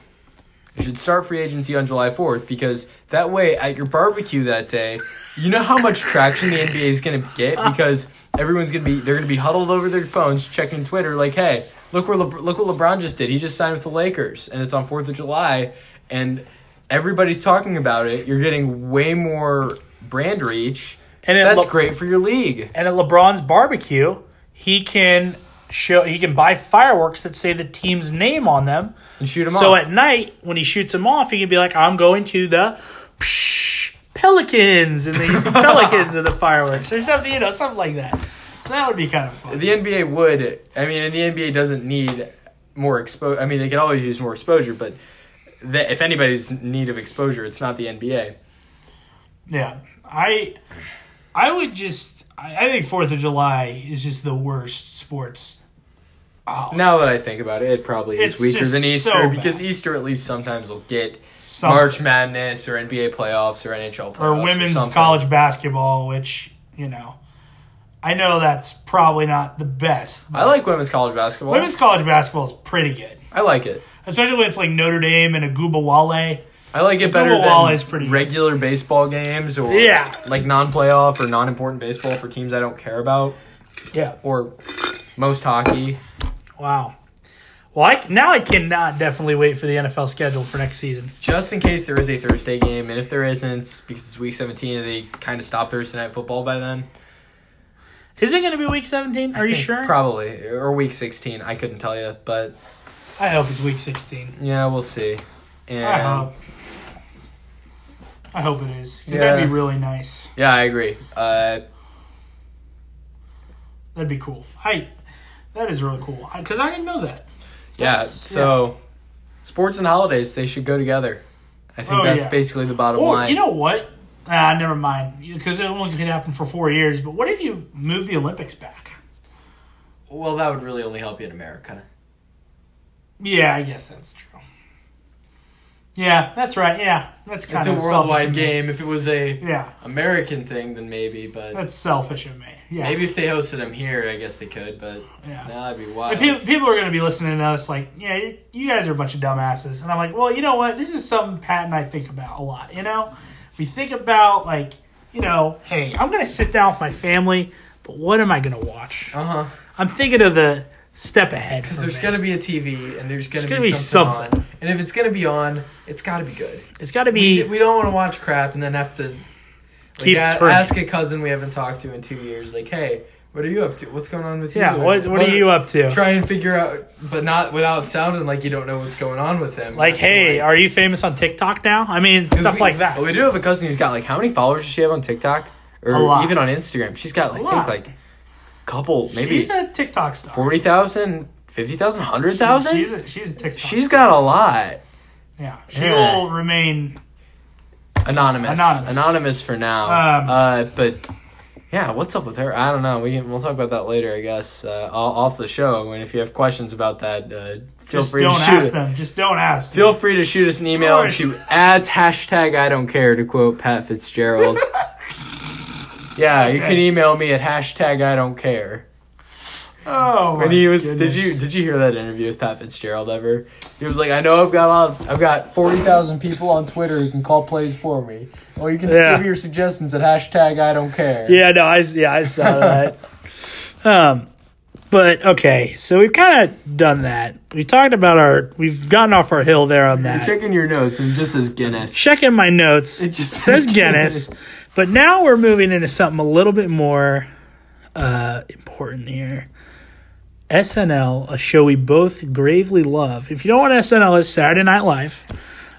Speaker 2: They should start free agency on July 4th because that way at your barbecue that day, you know how much traction the NBA is going to
Speaker 1: [laughs]
Speaker 2: get because everyone's going to be they're going to be huddled over their phones checking Twitter like, "Hey, look where Lebr- look what LeBron just did. He just signed with the Lakers and it's on 4th of July and everybody's talking about it. You're getting way more brand reach."
Speaker 1: And
Speaker 2: And
Speaker 1: it
Speaker 2: that's
Speaker 1: look-
Speaker 2: great for your league.
Speaker 1: And at LeBron's barbecue, he can show he can buy fireworks that say the team's name on them.
Speaker 2: And shoot them
Speaker 1: So
Speaker 2: off.
Speaker 1: at night, when he shoots them off, he can be like, "I'm going to the psh, Pelicans," and they
Speaker 2: [laughs]
Speaker 1: use the Pelicans in the fireworks or something, you know, something like that. So that would be kind of fun.
Speaker 2: The NBA would. I mean, and the NBA doesn't need more exposure. I mean, they could always use more exposure, but the, if anybody's in need of exposure, it's not the NBA.
Speaker 1: yeah, I, I would just, I, I think Fourth of July is just the worst sports.
Speaker 2: Now that I think about it, it probably is
Speaker 1: It's
Speaker 2: weaker
Speaker 1: just
Speaker 2: than Easter
Speaker 1: so
Speaker 2: because
Speaker 1: bad.
Speaker 2: Easter at least sometimes will get
Speaker 1: Something.
Speaker 2: March Madness or NBA playoffs or NHL playoffs
Speaker 1: or women's
Speaker 2: something.
Speaker 1: college basketball, which you know, I know that's probably not the best.
Speaker 2: I like women's college basketball.
Speaker 1: Women's college basketball is pretty good,
Speaker 2: I like it.
Speaker 1: especially when it's like Notre Dame and Aguba Wale.
Speaker 2: I like it better
Speaker 1: Wall is
Speaker 2: than
Speaker 1: pretty good.
Speaker 2: regular baseball games or
Speaker 1: Yeah.
Speaker 2: like non-playoff or non-important baseball for teams I don't care about
Speaker 1: Yeah.
Speaker 2: or most hockey.
Speaker 1: Wow. Well, I, now I cannot definitely wait for the NFL schedule for next season.
Speaker 2: just in case there is a Thursday game, and if there isn't, because it's week 17, they kind of stop Thursday night football by then.
Speaker 1: Is it going to be week 17? Are you sure?
Speaker 2: Probably. Or week 16. I couldn't tell you, but
Speaker 1: I hope it's week 16.
Speaker 2: yeah, we'll see.
Speaker 1: I
Speaker 2: And
Speaker 1: hope. I hope it is. 'cause
Speaker 2: Yeah.
Speaker 1: that'd be really nice.
Speaker 2: yeah, I agree. Uh,
Speaker 1: That'd be cool. I. That is really cool. Because I didn't know that.
Speaker 2: yeah,
Speaker 1: That's-
Speaker 2: so sports and holidays, they should go together. I think
Speaker 1: Oh,
Speaker 2: that's
Speaker 1: yeah.
Speaker 2: basically the bottom
Speaker 1: Or,
Speaker 2: line.
Speaker 1: you know what? Ah, never mind. Because it only could happen for four years. But what if you move the Olympics back?
Speaker 2: well, that would really only help you in America.
Speaker 1: Yeah, I guess that's true. Yeah, that's right. Yeah, that's kind
Speaker 2: It's a
Speaker 1: of
Speaker 2: worldwide game. If it was a
Speaker 1: Yeah,
Speaker 2: American thing, then maybe, but
Speaker 1: that's selfish of me. Yeah.
Speaker 2: maybe if they hosted them here, I guess they could, but
Speaker 1: Yeah.
Speaker 2: nah, that'd be wild.
Speaker 1: And people, people are going to be listening to us like, yeah, you- you guys are a bunch of dumbasses. And I'm like, well, you know what? This is something Pat and I think about a lot. You know, we think about like, you know, hey, I'm going to sit down with my family, but what am I going to watch?
Speaker 2: uh-huh.
Speaker 1: I'm thinking of the step ahead. Because
Speaker 2: There's gonna be a TV and there's gonna,
Speaker 1: gonna
Speaker 2: be,
Speaker 1: be
Speaker 2: something,
Speaker 1: something.
Speaker 2: on. And if it's gonna be on, it's gotta be good.
Speaker 1: it's got to
Speaker 2: We,
Speaker 1: be.
Speaker 2: we don't want to watch crap and then have to like,
Speaker 1: Keep
Speaker 2: a-
Speaker 1: turning.
Speaker 2: ask a cousin we haven't talked to in two years, like, hey, what are you up to? What's going on with
Speaker 1: Yeah,
Speaker 2: you?
Speaker 1: what, what are you up to?
Speaker 2: Try and figure out, but not without sounding like you don't know what's going on with him.
Speaker 1: Like, hey,
Speaker 2: Like,
Speaker 1: are you famous on TikTok now? I mean,
Speaker 2: 'cause
Speaker 1: stuff
Speaker 2: we-
Speaker 1: like that.
Speaker 2: We do have a cousin who's got like how many followers does she have on TikTok or
Speaker 1: A lot.
Speaker 2: even on Instagram? She's got like I
Speaker 1: lot.
Speaker 2: think like couple maybe
Speaker 1: she's a TikTok star.
Speaker 2: 40,000, 50,000, 100,000?
Speaker 1: She's a, she's a TikTok.
Speaker 2: She's
Speaker 1: star.
Speaker 2: got a lot.
Speaker 1: Yeah, she
Speaker 2: Yeah.
Speaker 1: will remain.
Speaker 2: Anonymous.
Speaker 1: Anonymous.
Speaker 2: Anonymous. for now.
Speaker 1: Um,
Speaker 2: uh, but yeah, what's up with her? I don't know. We can, we'll talk about that later, I guess, uh, o- off the show. And if you have questions about that, uh, feel
Speaker 1: Just
Speaker 2: free
Speaker 1: don't
Speaker 2: to shoot.
Speaker 1: ask
Speaker 2: it.
Speaker 1: them. Just don't ask. them.
Speaker 2: Feel free to shoot us an email
Speaker 1: Lord.
Speaker 2: to at hashtag I don't care to quote
Speaker 1: [laughs]
Speaker 2: Pat Fitzgerald. yeah, you
Speaker 1: Okay.
Speaker 2: can email me at hashtag I don't care. Oh,
Speaker 1: my
Speaker 2: and he was. Did
Speaker 1: goodness.
Speaker 2: you did you hear that interview with Pat Fitzgerald ever? He was like, I know I've got on, I've got forty thousand people on Twitter who can call plays for me, or you can
Speaker 1: Yeah.
Speaker 2: give your suggestions at hashtag I don't care.
Speaker 1: Yeah, no, I yeah I saw [laughs] that. um, but okay, so we've kind of done that. We talked about our we've gotten off our hill there on
Speaker 2: You're
Speaker 1: that.
Speaker 2: checking your notes and it just says Guinness.
Speaker 1: Checking my notes,
Speaker 2: It just
Speaker 1: says
Speaker 2: says
Speaker 1: Guinness, but now we're moving into something a little bit more uh, important here. SNL, a show we both gravely love. If you don't want SNL, it's Saturday Night Live.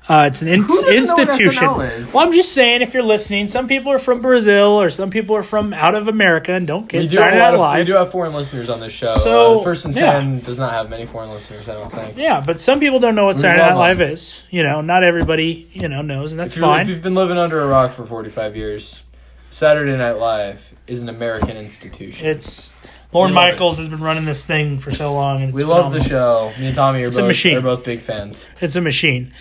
Speaker 1: Uh, it's an in-
Speaker 2: doesn't know what
Speaker 1: institution.
Speaker 2: SNL is?
Speaker 1: Well, I'm just saying, if you're listening, some people are from Brazil or some people are from out of America and don't
Speaker 2: We
Speaker 1: get
Speaker 2: do, have
Speaker 1: Saturday
Speaker 2: a lot
Speaker 1: Night
Speaker 2: of, we
Speaker 1: Live.
Speaker 2: do have foreign listeners on this show.
Speaker 1: So,
Speaker 2: uh, First and
Speaker 1: yeah.
Speaker 2: Ten does not have many foreign listeners, I don't think.
Speaker 1: yeah, but some people don't know what Saturday
Speaker 2: love
Speaker 1: Night Live
Speaker 2: them.
Speaker 1: is. You know, not everybody you know knows, and that's
Speaker 2: If, you're, if
Speaker 1: fine.
Speaker 2: you've been living under a rock for 45 years, Saturday Night Live is an American institution.
Speaker 1: It's Lorne
Speaker 2: We love it.
Speaker 1: Michaels has been running this thing for so long, and it's
Speaker 2: we love the
Speaker 1: phenomenal.
Speaker 2: show. Me and Tommy are
Speaker 1: a
Speaker 2: both,
Speaker 1: machine.
Speaker 2: are both big fans.
Speaker 1: It's a machine.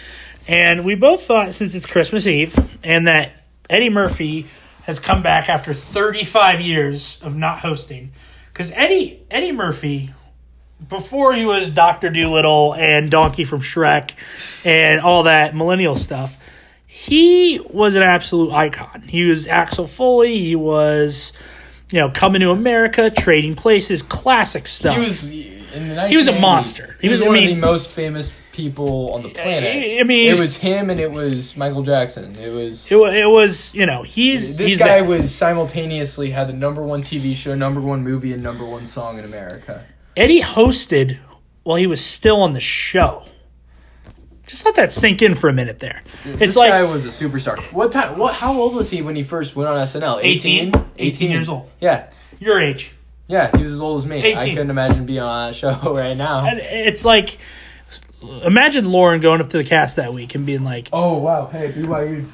Speaker 1: And we both thought since it's Christmas Eve and that Eddie Murphy has come back after 35 years of not hosting cuz Eddie Eddie Murphy before he was Doctor Doolittle and Donkey from Shrek and all that millennial stuff, he was an absolute icon. He was Axel Foley, he was you know, coming to America, trading places, classic stuff.
Speaker 2: He was in the
Speaker 1: was a
Speaker 2: 1980s,
Speaker 1: monster.
Speaker 2: He
Speaker 1: He
Speaker 2: was,
Speaker 1: was- I
Speaker 2: one of
Speaker 1: mean-
Speaker 2: the most famous people on the planet.
Speaker 1: I- I mean-
Speaker 2: it was him and it was Michael Jackson. It was.
Speaker 1: it, wa- it was, you know, he's
Speaker 2: this
Speaker 1: he's
Speaker 2: guy
Speaker 1: that.
Speaker 2: was simultaneously had the number one TV show, number one movie, and number one song in America.
Speaker 1: Eddie hosted while he was still on the show. Just let that sink in for a minute there. it's
Speaker 2: this
Speaker 1: like
Speaker 2: guy was a superstar. What time? What? How old was he when he first went on SNL?
Speaker 1: 18? 18 years old.
Speaker 2: Yeah,
Speaker 1: your age.
Speaker 2: yeah. He was as old as me. I
Speaker 1: 18.
Speaker 2: couldn't imagine being on that show [laughs] right now.
Speaker 1: And it's like imagine Lauren going up to the cast that week and being like,
Speaker 2: oh wow! Hey, BYU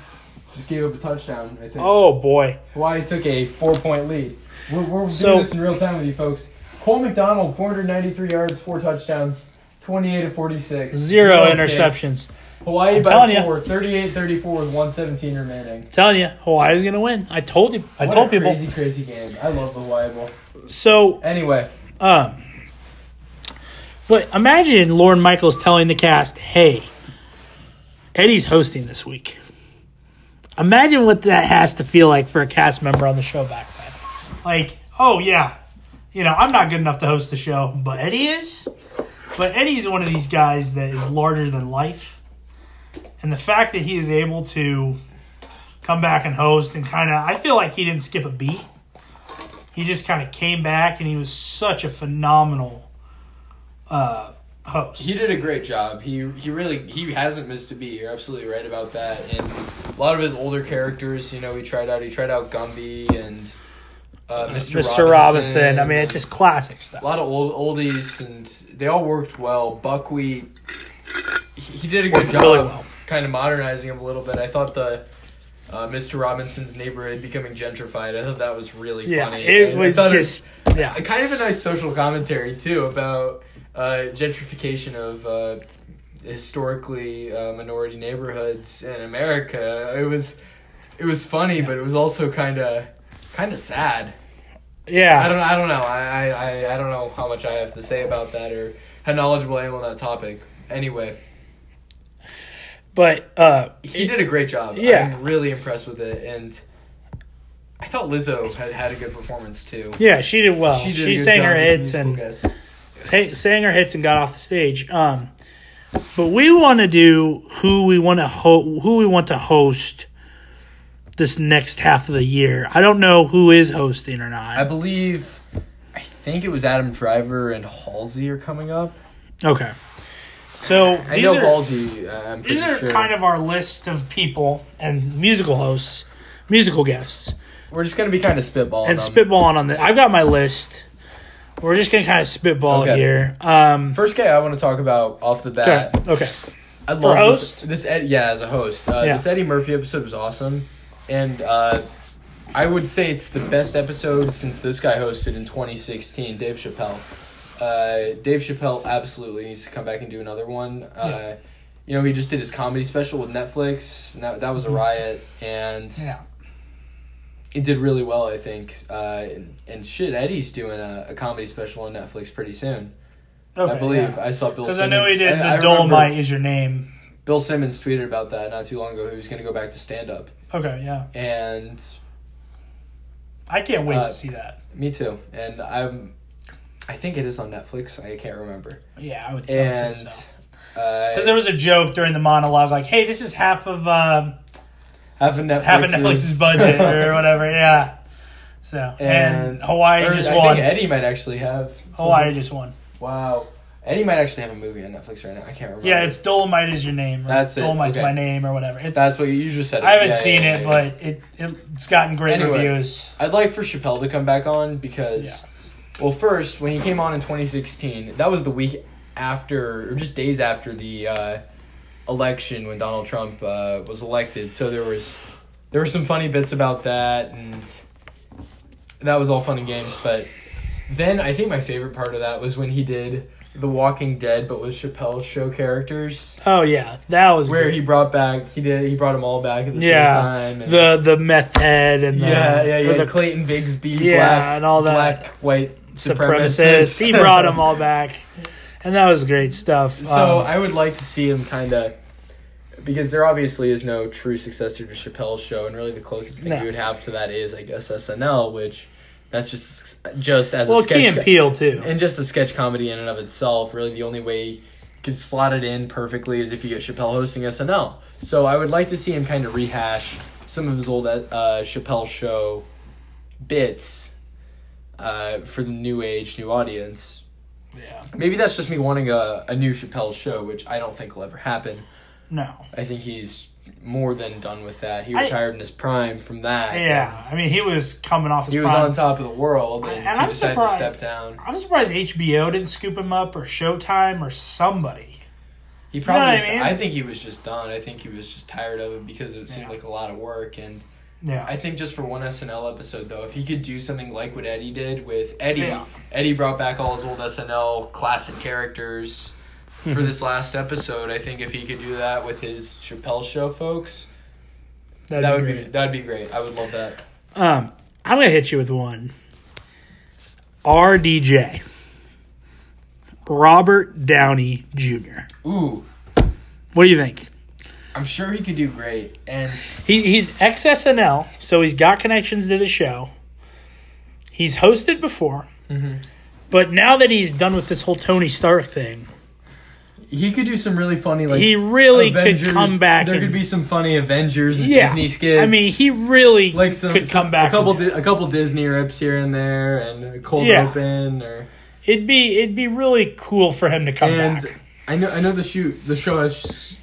Speaker 2: just gave up a touchdown. I think.
Speaker 1: "Oh boy,
Speaker 2: Hawaii took a four-point lead. We're, we're
Speaker 1: So-
Speaker 2: doing this in real time with you folks. Cole McDonald, 493 yards, four touchdowns, 28 of 46,
Speaker 1: zero
Speaker 2: kicks.
Speaker 1: interceptions."
Speaker 2: Hawaii
Speaker 1: I'm telling
Speaker 2: by
Speaker 1: ya.
Speaker 2: four, 38-34 with 117 remaining.
Speaker 1: Telling you, Hawaii's going to win. I told you. I
Speaker 2: What
Speaker 1: told
Speaker 2: a
Speaker 1: people.
Speaker 2: Crazy, crazy game. I love the Hawaii Bowl.
Speaker 1: So
Speaker 2: Anyway,
Speaker 1: Um, but imagine Lauren Michaels telling the cast, "Hey, Eddie's hosting this week." Imagine what that has to feel like for a cast member on the show back then. Like, oh yeah, you know, I'm not good enough to host the show, but Eddie is. But Eddie is one of these guys that is larger than life, and the fact that he is able to come back and host and kind of, I feel like he didn't skip a beat he just kind of came back and he was such a phenomenal uh, host.
Speaker 2: he did a great job. He he really he hasn't missed a beat. You're absolutely right about that. And a lot of his older characters, you know, he tried out. He tried out Gumby and uh, Mr.
Speaker 1: Mr. Robinson. I mean, it's just classic
Speaker 2: a
Speaker 1: stuff.
Speaker 2: lot of old oldies, and they all worked well. Buckwheat, he he did a good
Speaker 1: Worked
Speaker 2: job,
Speaker 1: really well.
Speaker 2: kind of modernizing him a little bit. I thought the uh, Mr. Robinson's neighborhood becoming gentrified. I thought that was really
Speaker 1: Yeah,
Speaker 2: funny.
Speaker 1: it
Speaker 2: And I
Speaker 1: was
Speaker 2: thought
Speaker 1: just yeah.
Speaker 2: a kind of a nice social commentary too about uh, gentrification of uh, historically uh, minority neighborhoods in America. It was it was funny, but it was also kind of kind of sad. I
Speaker 1: Yeah.
Speaker 2: don't. I don't know. I, I- I. I don't know how much I have to say about that or how knowledgeable I am on that topic. Anyway,
Speaker 1: But uh
Speaker 2: he did a great job.
Speaker 1: Yeah.
Speaker 2: I'm really impressed with it, and I thought Lizzo had had a good performance too.
Speaker 1: yeah, she did well. She,
Speaker 2: did a good
Speaker 1: sang
Speaker 2: job
Speaker 1: Oh, her
Speaker 2: as a
Speaker 1: hits
Speaker 2: musical
Speaker 1: and
Speaker 2: guest.
Speaker 1: hey, sang her hits and got off the stage. Um but we want to do who we want to ho- who we want to host this next half of the year. I don't know who is hosting or
Speaker 2: I
Speaker 1: not.
Speaker 2: believe, I think it was Adam Driver and Halsey are coming up.
Speaker 1: Okay. So
Speaker 2: I
Speaker 1: these
Speaker 2: know
Speaker 1: are-
Speaker 2: Halsey. uh, I'm pretty
Speaker 1: These are
Speaker 2: sure.
Speaker 1: kind of our list of people and musical hosts, musical guests,
Speaker 2: We're just gonna be kind of spitballing.
Speaker 1: and
Speaker 2: them.
Speaker 1: spitballing on the. I've got my list. We're just gonna kind of spitball
Speaker 2: Okay.
Speaker 1: here. Um,
Speaker 2: First guy I want to talk about off the
Speaker 1: okay.
Speaker 2: bat.
Speaker 1: okay. For
Speaker 2: I love
Speaker 1: host?
Speaker 2: This, this Ed, yeah, as a host, uh,
Speaker 1: Yeah.
Speaker 2: this Eddie Murphy episode was awesome, and uh, I would say it's the best episode since this guy hosted in 2016. Dave Chappelle. Uh, Dave Chappelle absolutely needs to come back and do another one. Uh, You know, he just did
Speaker 1: Mm-hmm.
Speaker 2: his comedy special with Netflix. And that, that was a riot, and
Speaker 1: Yeah.
Speaker 2: it did really well, I think. Uh, and, and shit, Eddie's doing a, a comedy special on Netflix pretty soon. I believe I saw Bill.
Speaker 1: Because
Speaker 2: Simmons.
Speaker 1: I know he did
Speaker 2: I
Speaker 1: the
Speaker 2: remember
Speaker 1: Dolomite is your name.
Speaker 2: Bill Simmons tweeted about that not too long ago. He was going to go back to stand up,
Speaker 1: Okay, yeah.
Speaker 2: and
Speaker 1: I can't wait
Speaker 2: Uh,
Speaker 1: to see that.
Speaker 2: me too. And I'm, I think it is on Netflix. I can't remember.
Speaker 1: Yeah, I would, I would say
Speaker 2: And
Speaker 1: so. Because
Speaker 2: uh,
Speaker 1: there was a joke during the monologue, like, "Hey, this is half of um
Speaker 2: half of Netflix,
Speaker 1: half of
Speaker 2: [laughs]
Speaker 1: Netflix's budget or whatever." Yeah. So and,
Speaker 2: And-
Speaker 1: Hawaii
Speaker 2: Or
Speaker 1: just
Speaker 2: I
Speaker 1: won.
Speaker 2: think Eddie might actually have.
Speaker 1: Hawaii
Speaker 2: something.
Speaker 1: just won.
Speaker 2: Wow. Eddie might actually have a movie on Netflix right now. I can't remember.
Speaker 1: Yeah, it's Dolomite is your name. Or
Speaker 2: That's it,
Speaker 1: Dolomite's
Speaker 2: okay.
Speaker 1: my name or whatever. It's
Speaker 2: that's what you, you just said.
Speaker 1: I haven't
Speaker 2: Yeah,
Speaker 1: seen
Speaker 2: yeah,
Speaker 1: it,
Speaker 2: yeah.
Speaker 1: but it, it it's gotten great
Speaker 2: Anyway.
Speaker 1: reviews.
Speaker 2: I'd like for Chappelle to come back on because,
Speaker 1: Yeah.
Speaker 2: well, first when he came on in 2016, that was the week after or just days after the uh, election when Donald Trump uh, was elected. So there was there were some funny bits about that, and that was all fun and games. But then I think my favorite part of that was when he did The Walking Dead, but with Chappelle's show characters,
Speaker 1: Oh yeah, that was
Speaker 2: where
Speaker 1: great.
Speaker 2: he brought back he did he brought them all back at the
Speaker 1: yeah
Speaker 2: same time. and-
Speaker 1: the the meth head and the,
Speaker 2: yeah, yeah, yeah.
Speaker 1: or the
Speaker 2: Clayton Bigsby,
Speaker 1: Yeah,
Speaker 2: black,
Speaker 1: and all that.
Speaker 2: black, white
Speaker 1: supremacists.
Speaker 2: supremacists.
Speaker 1: he brought them all back, and that was great stuff.
Speaker 2: [laughs] so
Speaker 1: Um,
Speaker 2: I would like to see him kind of, because there obviously is no true successor to Chappelle's show, and really the closest thing
Speaker 1: No.
Speaker 2: you would have to that is, I guess, SNL, which that's just just as
Speaker 1: well,
Speaker 2: a sketch
Speaker 1: Key and
Speaker 2: co-
Speaker 1: Peele too.
Speaker 2: and just a sketch comedy in and of itself. Really, the only way you could slot it in perfectly is if you get Chappelle hosting SNL. So I would like to see him kind of rehash some of his old uh, Chappelle show bits uh, for the new age, new audience.
Speaker 1: yeah,
Speaker 2: Maybe that's just me wanting a, a new Chappelle show, which I don't think will ever happen.
Speaker 1: no,
Speaker 2: I think he's more than done with that. He
Speaker 1: I-
Speaker 2: retired in his prime from that.
Speaker 1: yeah. I mean, he was coming off his
Speaker 2: He was
Speaker 1: prime.
Speaker 2: on top of the world, and,
Speaker 1: And I'm
Speaker 2: he decided
Speaker 1: surprised.
Speaker 2: to step down.
Speaker 1: I'm surprised HBO didn't scoop him up or Showtime or somebody.
Speaker 2: He
Speaker 1: know what
Speaker 2: probably.
Speaker 1: I
Speaker 2: just- I,
Speaker 1: mean?
Speaker 2: think he was just done. I think he was just tired of it because it seemed
Speaker 1: Yeah.
Speaker 2: like a lot of work. And
Speaker 1: Yeah,
Speaker 2: I think just for one SNL episode though, if he could do something like what Eddie did with Eddie,
Speaker 1: Yeah.
Speaker 2: Eddie brought back all his old SNL classic characters
Speaker 1: [laughs]
Speaker 2: for this last episode. I think if he could do that with his Chappelle show folks,
Speaker 1: that'd
Speaker 2: that
Speaker 1: be
Speaker 2: would
Speaker 1: great.
Speaker 2: be that'd be great. I would love that.
Speaker 1: Um, I'm gonna hit you with one. RDJ, Robert Downey Jr.
Speaker 2: Ooh,
Speaker 1: What do you think?
Speaker 2: I'm sure he could do great. And
Speaker 1: He, he's ex SNL, so he's got connections to the show. He's hosted before,
Speaker 2: Mm-hmm.
Speaker 1: but now that he's done with this whole Tony Stark thing,
Speaker 2: he could do some really funny like
Speaker 1: He really could come back
Speaker 2: There could
Speaker 1: and-
Speaker 2: be some funny Avengers and
Speaker 1: yeah,
Speaker 2: Disney skits.
Speaker 1: I mean, he really
Speaker 2: like some,
Speaker 1: could
Speaker 2: some-
Speaker 1: come back.
Speaker 2: a couple
Speaker 1: and do
Speaker 2: di- a couple Disney rips here and there and a cold
Speaker 1: Yeah.
Speaker 2: open or
Speaker 1: it. it'd be it'd be really cool for him to come
Speaker 2: and
Speaker 1: back.
Speaker 2: I know I know the shoot the show has s-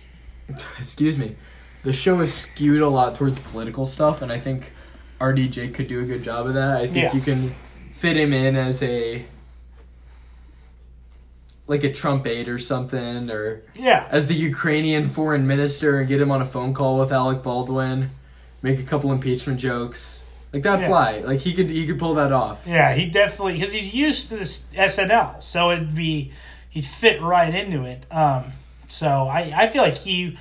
Speaker 2: excuse me the show is skewed a lot towards political stuff and I think RDJ could do a good job of that I think
Speaker 1: Yeah.
Speaker 2: you can fit him in as a like a Trump aide or something or
Speaker 1: Yeah,
Speaker 2: as the Ukrainian foreign minister and get him on a phone call with Alec Baldwin, make a couple impeachment jokes. Like that
Speaker 1: Yeah.
Speaker 2: fly. Like he could he could pull that off.
Speaker 1: yeah, he definitely because he's used to this SNL, so it'd be he'd fit right into it. Um, so I I feel like he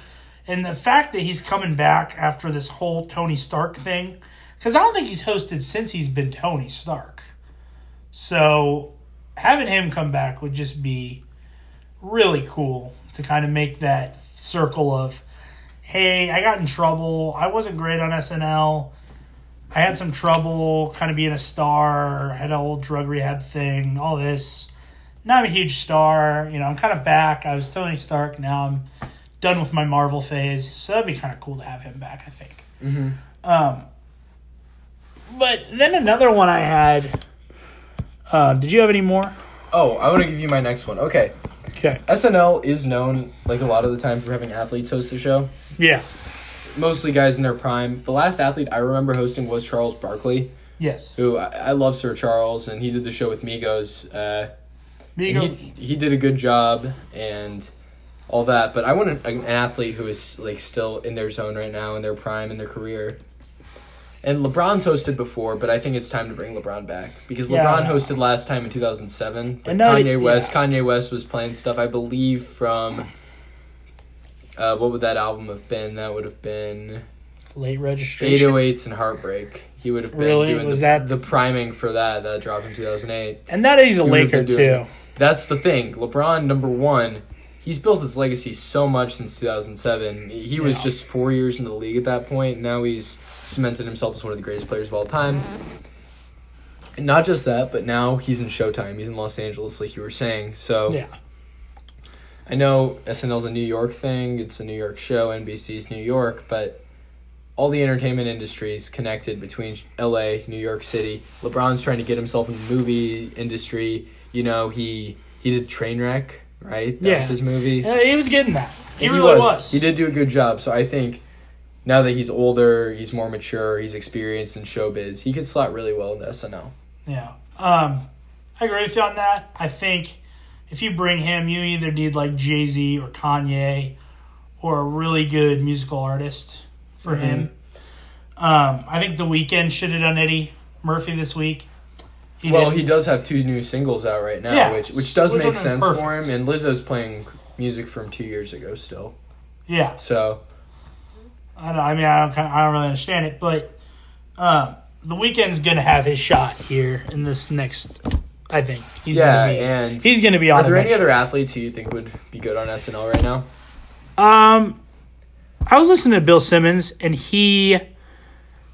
Speaker 1: and the fact that he's coming back after this whole Tony Stark thing, because I don't think he's hosted since he's been Tony Stark. So having him come back would just be really cool to kind of make that circle of, hey, I got in trouble. I wasn't great on SNL. I had some trouble kind of being a star. I had an old drug rehab thing, all this. Now I'm a huge star. You know, I'm kind of back. I was Tony Stark. Now I'm done with my Marvel phase. So that'd be kind of cool to have him back, I think.
Speaker 2: Mhm.
Speaker 1: Um, but then another one I had. Uh, did you have any more?
Speaker 2: Oh, I want to give you my next one. Okay.
Speaker 1: Okay.
Speaker 2: SNL is known like a lot of the time for having athletes host the show.
Speaker 1: Yeah.
Speaker 2: Mostly guys in their prime. The last athlete I remember hosting was Charles Barkley,
Speaker 1: Yes.
Speaker 2: who I, I love Sir Charles and he did the show with Migos. Uh And
Speaker 1: Migos.
Speaker 2: He, he did a good job and all that, but I want an, an athlete who is like still in their zone right now, in their prime, in their career. And LeBron's hosted before, but I think it's time to bring LeBron back because
Speaker 1: Yeah.
Speaker 2: LeBron hosted last time in 2007 with
Speaker 1: And now
Speaker 2: Kanye
Speaker 1: he-
Speaker 2: West.
Speaker 1: yeah.
Speaker 2: Kanye West was playing stuff, I believe, from uh, what would that album have been? That would have been
Speaker 1: late
Speaker 2: Eight
Speaker 1: registration.
Speaker 2: oh eights and heartbreak. He would have been
Speaker 1: Really?
Speaker 2: doing
Speaker 1: Was
Speaker 2: the,
Speaker 1: that-
Speaker 2: the priming for that that dropped in two thousand eight.
Speaker 1: And that is a
Speaker 2: He would've
Speaker 1: Laker,
Speaker 2: been doing-
Speaker 1: too.
Speaker 2: That's the thing. LeBron, number one, he's built his legacy so much since 2007. He was
Speaker 1: Yeah.
Speaker 2: just four years into the league at that point. Now he's cemented himself as one of the greatest players of all time. And not just that, but now he's in Showtime. He's in Los Angeles, like you were saying. So
Speaker 1: Yeah.
Speaker 2: I know SNL's a New York thing. It's a New York show. NBC's New York, but all the entertainment industry is connected between LA, New York City. LeBron's trying to get himself in the movie industry. You know, he he did Trainwreck, right? That
Speaker 1: Yeah.
Speaker 2: was his movie.
Speaker 1: Uh, he was getting that. He,
Speaker 2: And
Speaker 1: really was.
Speaker 2: He did do a good job. So I think now that he's older, he's more mature, he's experienced in showbiz, he could slot really well into SNL.
Speaker 1: Yeah. Um, I agree with you on that. I think if you bring him, you either need like Jay Z or Kanye or a really good musical artist for
Speaker 2: Mm-hmm.
Speaker 1: him. Um, I think The Weeknd should have done Eddie Murphy this week. He
Speaker 2: well,
Speaker 1: didn't.
Speaker 2: he does have two new singles out right now,
Speaker 1: Yeah,
Speaker 2: which which does
Speaker 1: which
Speaker 2: make
Speaker 1: are
Speaker 2: sense for
Speaker 1: perfect.
Speaker 2: him. And Lizzo's playing music from two years ago still.
Speaker 1: yeah.
Speaker 2: So
Speaker 1: I, don't, I mean, I don't, kind of, I don't really understand it, but um, The Weeknd's gonna have his shot here in this next. I think he's
Speaker 2: Yeah,
Speaker 1: gonna be,
Speaker 2: and-
Speaker 1: he's gonna be on.
Speaker 2: Are there any
Speaker 1: eventually.
Speaker 2: other athletes who you think would be good on SNL right now?
Speaker 1: Um, I was listening to Bill Simmons, and he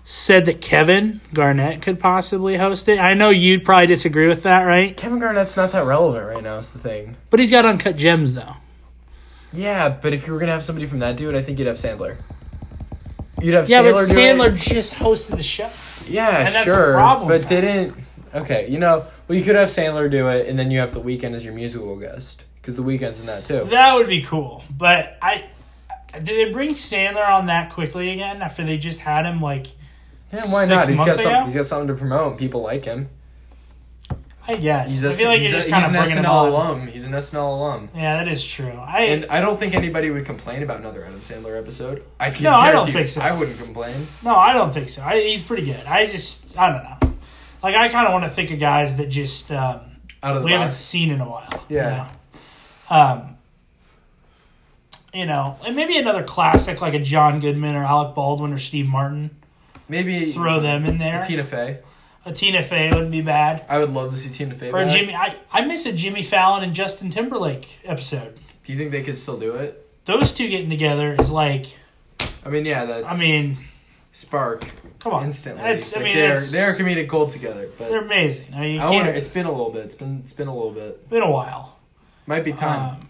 Speaker 1: said that Kevin Garnett could possibly host it. I know you'd probably disagree with that, right?
Speaker 2: Kevin Garnett's not that relevant right now. Is the thing.
Speaker 1: But he's got uncut gems, though.
Speaker 2: Yeah, but if you were gonna have somebody from that dude, I think you'd have Sandler. You'd have
Speaker 1: Yeah,
Speaker 2: Sandler.
Speaker 1: but
Speaker 2: do
Speaker 1: Sandler
Speaker 2: it.
Speaker 1: just hosted the show.
Speaker 2: Yeah,
Speaker 1: and that's the
Speaker 2: sure.
Speaker 1: problem.
Speaker 2: But didn't. Okay, you know, well, you could have Sandler do it, and then you have The Weeknd as your musical guest because The Weeknd's in that too.
Speaker 1: That would be cool. But I, did they bring Sandler on that quickly again after they just had him like?
Speaker 2: Yeah, why
Speaker 1: six
Speaker 2: not? He's got
Speaker 1: months ago?
Speaker 2: something. He's got something to promote. People like him.
Speaker 1: I guess
Speaker 2: He's
Speaker 1: I
Speaker 2: a-
Speaker 1: feel like
Speaker 2: he's
Speaker 1: you're
Speaker 2: a-
Speaker 1: just kind of
Speaker 2: he's an
Speaker 1: bringing him
Speaker 2: SNL
Speaker 1: on.
Speaker 2: alum. He's an SNL alum.
Speaker 1: Yeah, that is true. I
Speaker 2: And I don't think anybody would complain about another Adam Sandler episode. I can
Speaker 1: No, I don't
Speaker 2: guarantee-
Speaker 1: think so.
Speaker 2: I wouldn't complain.
Speaker 1: No, I don't think so. I, he's pretty good. I just, I don't know. Like, I kind of want to think of guys that just um,
Speaker 2: Out of the
Speaker 1: we haven't
Speaker 2: box.
Speaker 1: seen in a while. you
Speaker 2: Yeah.
Speaker 1: know? Um, you know, and maybe another classic like a John Goodman or Alec Baldwin or Steve Martin.
Speaker 2: Maybe
Speaker 1: Throw them in there.
Speaker 2: Tina Fey.
Speaker 1: A Tina Fey wouldn't be bad.
Speaker 2: I would love to see Tina Fey.
Speaker 1: Or a
Speaker 2: back.
Speaker 1: Jimmy. I, I miss a Jimmy Fallon and Justin Timberlake episode.
Speaker 2: Do you think they could still do it?
Speaker 1: Those two getting together is like,
Speaker 2: I mean, yeah, that's.
Speaker 1: I mean,
Speaker 2: spark
Speaker 1: come on.
Speaker 2: instantly.
Speaker 1: It's, I
Speaker 2: Like,
Speaker 1: mean,
Speaker 2: they're
Speaker 1: it's,
Speaker 2: they're a
Speaker 1: they're,
Speaker 2: comedic gold together. But
Speaker 1: amazing. I mean, you
Speaker 2: I wonder.
Speaker 1: can't,
Speaker 2: It's been a little bit. It's been it's been a little bit.
Speaker 1: it's been a while.
Speaker 2: Might be time.
Speaker 1: Um,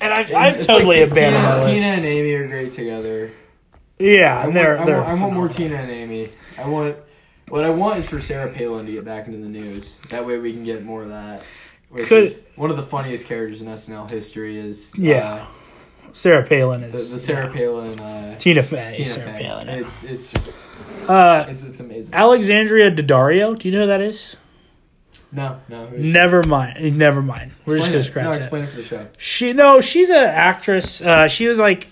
Speaker 1: and I've,
Speaker 2: And
Speaker 1: I've
Speaker 2: it's
Speaker 1: totally
Speaker 2: like
Speaker 1: abandoned
Speaker 2: Tina,
Speaker 1: my
Speaker 2: Tina
Speaker 1: list.
Speaker 2: and Amy are great together.
Speaker 1: yeah, and
Speaker 2: I want,
Speaker 1: they're,
Speaker 2: I
Speaker 1: they're
Speaker 2: want, I want more
Speaker 1: phenomenal.
Speaker 2: Tina and Amy. I want. What I want is for Sarah Palin to get back into the news. That way we can get more of that. Which
Speaker 1: Could-
Speaker 2: is one of the funniest characters in SNL history is uh,
Speaker 1: Yeah. Sarah Palin
Speaker 2: the, the
Speaker 1: is
Speaker 2: Sarah
Speaker 1: yeah.
Speaker 2: Palin uh,
Speaker 1: Tina Fey.
Speaker 2: Tina
Speaker 1: Sarah
Speaker 2: Fey.
Speaker 1: Palin.
Speaker 2: It's it's just,
Speaker 1: Uh,
Speaker 2: it's, it's amazing.
Speaker 1: Alexandria Daddario. Do you know who that is?
Speaker 2: No, no. who's-
Speaker 1: Never mind. Never mind. We're just
Speaker 2: explain
Speaker 1: gonna
Speaker 2: it.
Speaker 1: scratch
Speaker 2: No,
Speaker 1: that.
Speaker 2: explain it for the show.
Speaker 1: She no, she's an actress. Uh, she was like,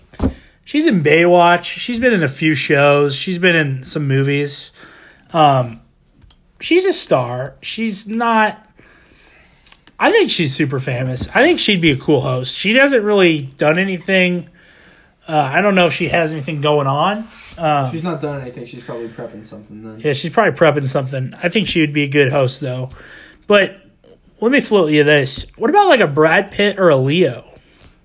Speaker 1: she's in Baywatch. She's been in a few shows. She's been in some movies. Um, she's a star. She's not. I think she's super famous. I think she'd be a cool host. She hasn't really done anything. Uh, I don't know if she has anything going on. Um,
Speaker 2: She's not done anything. She's probably prepping something then.
Speaker 1: yeah, she's probably prepping something. I think she would be a good host though. But let me float you this: What about like a Brad Pitt or a Leo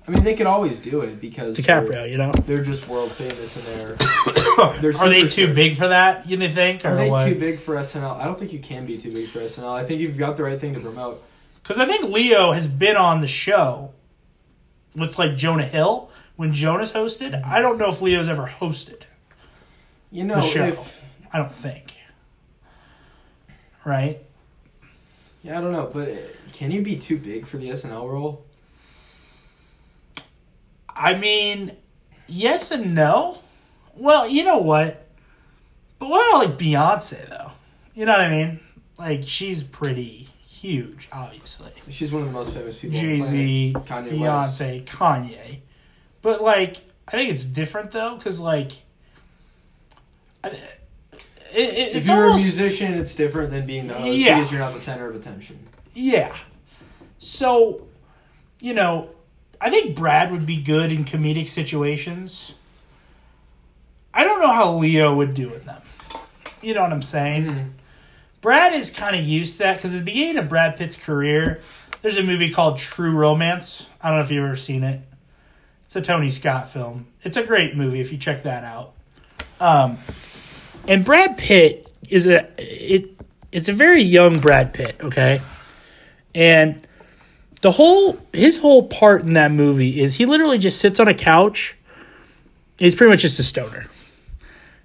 Speaker 2: I mean, they could always do it because
Speaker 1: DiCaprio?
Speaker 2: They're,
Speaker 1: You know.
Speaker 2: they're just world famous and
Speaker 1: [coughs]
Speaker 2: they're they're
Speaker 1: Are they too
Speaker 2: superstars.
Speaker 1: big for that? You think
Speaker 2: Are
Speaker 1: or
Speaker 2: they too
Speaker 1: what?
Speaker 2: big for SNL? I don't think you can be too big for SNL. I think you've got the right thing to promote.
Speaker 1: Because I think Leo has been on the show with like Jonah Hill when Jonah's hosted. I don't know if Leo's ever hosted
Speaker 2: You know,
Speaker 1: the show.
Speaker 2: if-
Speaker 1: I don't think. Right?
Speaker 2: yeah, I don't know, but uh, can you be too big for the SNL role?
Speaker 1: I mean, yes and no. Well, you know what? But what about like Beyonce though? You know what I mean? Like she's pretty huge, obviously.
Speaker 2: She's one of the most famous people. on the
Speaker 1: Jay Z,
Speaker 2: planet.
Speaker 1: Beyonce,
Speaker 2: Kanye West.
Speaker 1: Kanye. But like, I think it's different though, because like, I, it, it,
Speaker 2: If
Speaker 1: it's
Speaker 2: you're
Speaker 1: almost
Speaker 2: a musician, it's different than being the host
Speaker 1: Yeah.
Speaker 2: because you're not the center of attention.
Speaker 1: yeah. So, you know, I think Brad would be good in comedic situations. I don't know how Leo would do with them. You know what I'm saying? Brad is kind of used to that because at the beginning of Brad Pitt's career, there's a movie called True Romance. I don't know if you've ever seen it. It's a Tony Scott film. It's a great movie if you check that out. Um, and Brad Pitt is a it. It's a very young Brad Pitt. Okay, and the whole his whole part in that movie is he literally just sits on a couch. He's pretty much just a stoner.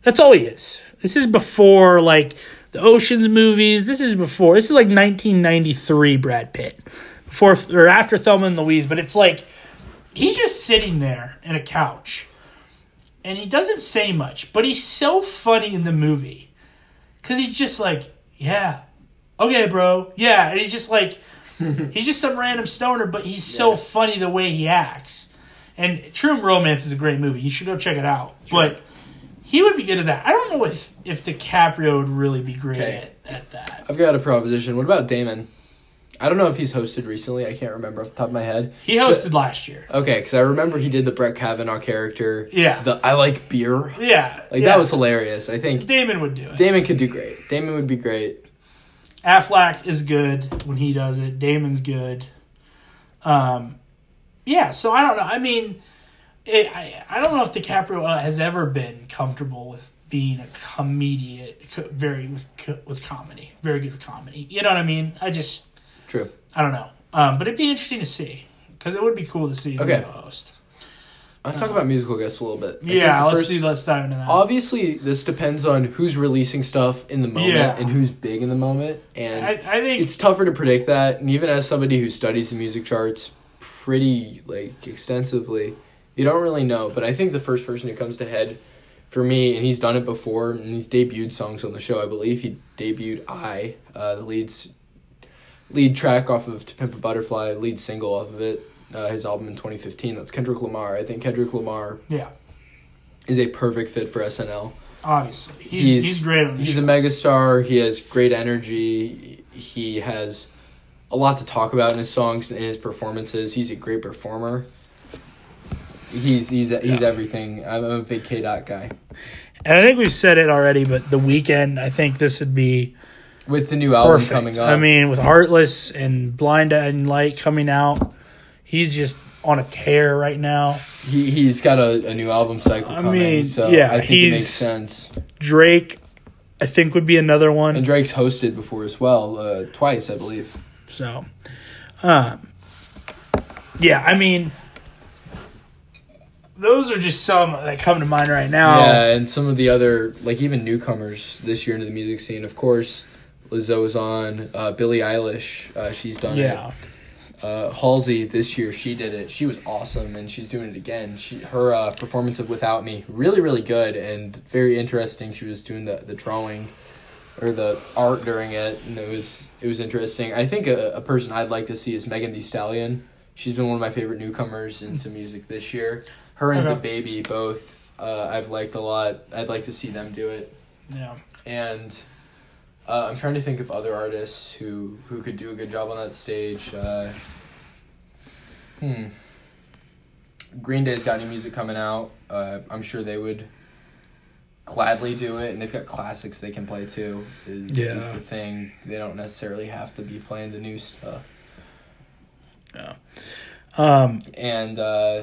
Speaker 1: That's all he is. This is before like the Ocean's movies. This is before. This is like 1993 Brad Pitt. Before or after Thelma and Louise, but it's like he's just sitting there in a couch. And he doesn't say much, but he's so funny in the movie. Cuz he's just like, "Yeah. Okay, bro. Yeah." And he's just
Speaker 2: [laughs]
Speaker 1: like he's just some random stoner, but he's so funny the way he acts. And True Romance is a great movie. You should go check it out. But he would be good at that. I don't know if if DiCaprio would really be great
Speaker 2: Okay.
Speaker 1: at, at that.
Speaker 2: I've got a proposition. What about Damon? I don't know if he's hosted recently. I can't remember off the top of my head.
Speaker 1: He hosted last year.
Speaker 2: Okay, because I remember he did the Brett Kavanaugh character.
Speaker 1: Yeah.
Speaker 2: The I like beer.
Speaker 1: Yeah.
Speaker 2: Like
Speaker 1: yeah.
Speaker 2: that was hilarious. I think
Speaker 1: Damon would do it.
Speaker 2: Damon could do great. Damon would be great.
Speaker 1: Affleck is good when he does it. Damon's good. Um, yeah. So I don't know. I mean, it, I I don't know if DiCaprio uh, has ever been comfortable with being a comedian, co- very with co- with comedy, very good with comedy. You know what I mean? I just
Speaker 2: True.
Speaker 1: I don't know. Um, but it'd be interesting to see because it would be cool to see the
Speaker 2: Okay.
Speaker 1: host.
Speaker 2: I'll talk about musical guests a little bit. I think
Speaker 1: Yeah,
Speaker 2: the
Speaker 1: let's
Speaker 2: first-
Speaker 1: do. Let's dive into that.
Speaker 2: Obviously, this depends on who's releasing stuff in the moment
Speaker 1: Yeah.
Speaker 2: and who's big in the moment, and
Speaker 1: I, I think
Speaker 2: it's tougher to predict that. And even as somebody who studies the music charts pretty like extensively, you don't really know. But I think the first person who comes to head for me, and he's done it before, and he's debuted songs on the show. I believe he debuted "I," uh, the leads lead track off of "To Pimp a Butterfly," lead single off of it, uh, his album in 2015. That's Kendrick Lamar. I think Kendrick Lamar
Speaker 1: yeah,
Speaker 2: is a perfect fit for SNL
Speaker 1: obviously he's he's, great on this.
Speaker 2: he's
Speaker 1: show.
Speaker 2: a megastar. He has great energy. He has a lot to talk about in his songs and his performances. He's a great performer. He's he's he's everything. I'm a big K dot guy.
Speaker 1: and I think we've said it already, but the weekend. I think this would be.
Speaker 2: With the new album
Speaker 1: perfect.
Speaker 2: Oh, coming up,
Speaker 1: I mean, with Heartless and Blind and Light coming out, he's just on a tear right now.
Speaker 2: he he's got a, a new album cycle
Speaker 1: I
Speaker 2: coming.
Speaker 1: mean,
Speaker 2: so
Speaker 1: yeah,
Speaker 2: I think it makes
Speaker 1: he's-
Speaker 2: sense.
Speaker 1: Drake, I think, would be another
Speaker 2: And
Speaker 1: one.
Speaker 2: Drake's hosted before as well, uh, twice I believe.
Speaker 1: So, um, yeah, I mean, those are just some that come to mind right now.
Speaker 2: Yeah, and some of the other like even newcomers this year into the music scene. Of course, Lizzo is on. Uh, Billie Eilish, uh, she's done
Speaker 1: Yeah.
Speaker 2: it. Uh, Halsey this year, she did it. She was awesome, and she's doing it again. She her uh, performance of Without Me really really good and very interesting. She was doing the the drawing. Or the art during it, and it was it was interesting. I think a, a person I'd like to see is Megan Thee Stallion. She's been one of my favorite newcomers in some music this year. Her and
Speaker 1: Okay.
Speaker 2: the baby both uh, I've liked a lot. I'd like to see them do it.
Speaker 1: Yeah.
Speaker 2: And uh, I'm trying to think of other artists who who could do a good job on that stage. Uh, hmm. Green Day's got new music coming out. Uh, I'm sure they would gladly do it, and they've got classics they can play too. Is, is
Speaker 1: Yeah.
Speaker 2: the thing they don't necessarily have to be playing the new stuff.
Speaker 1: Um,
Speaker 2: And uh,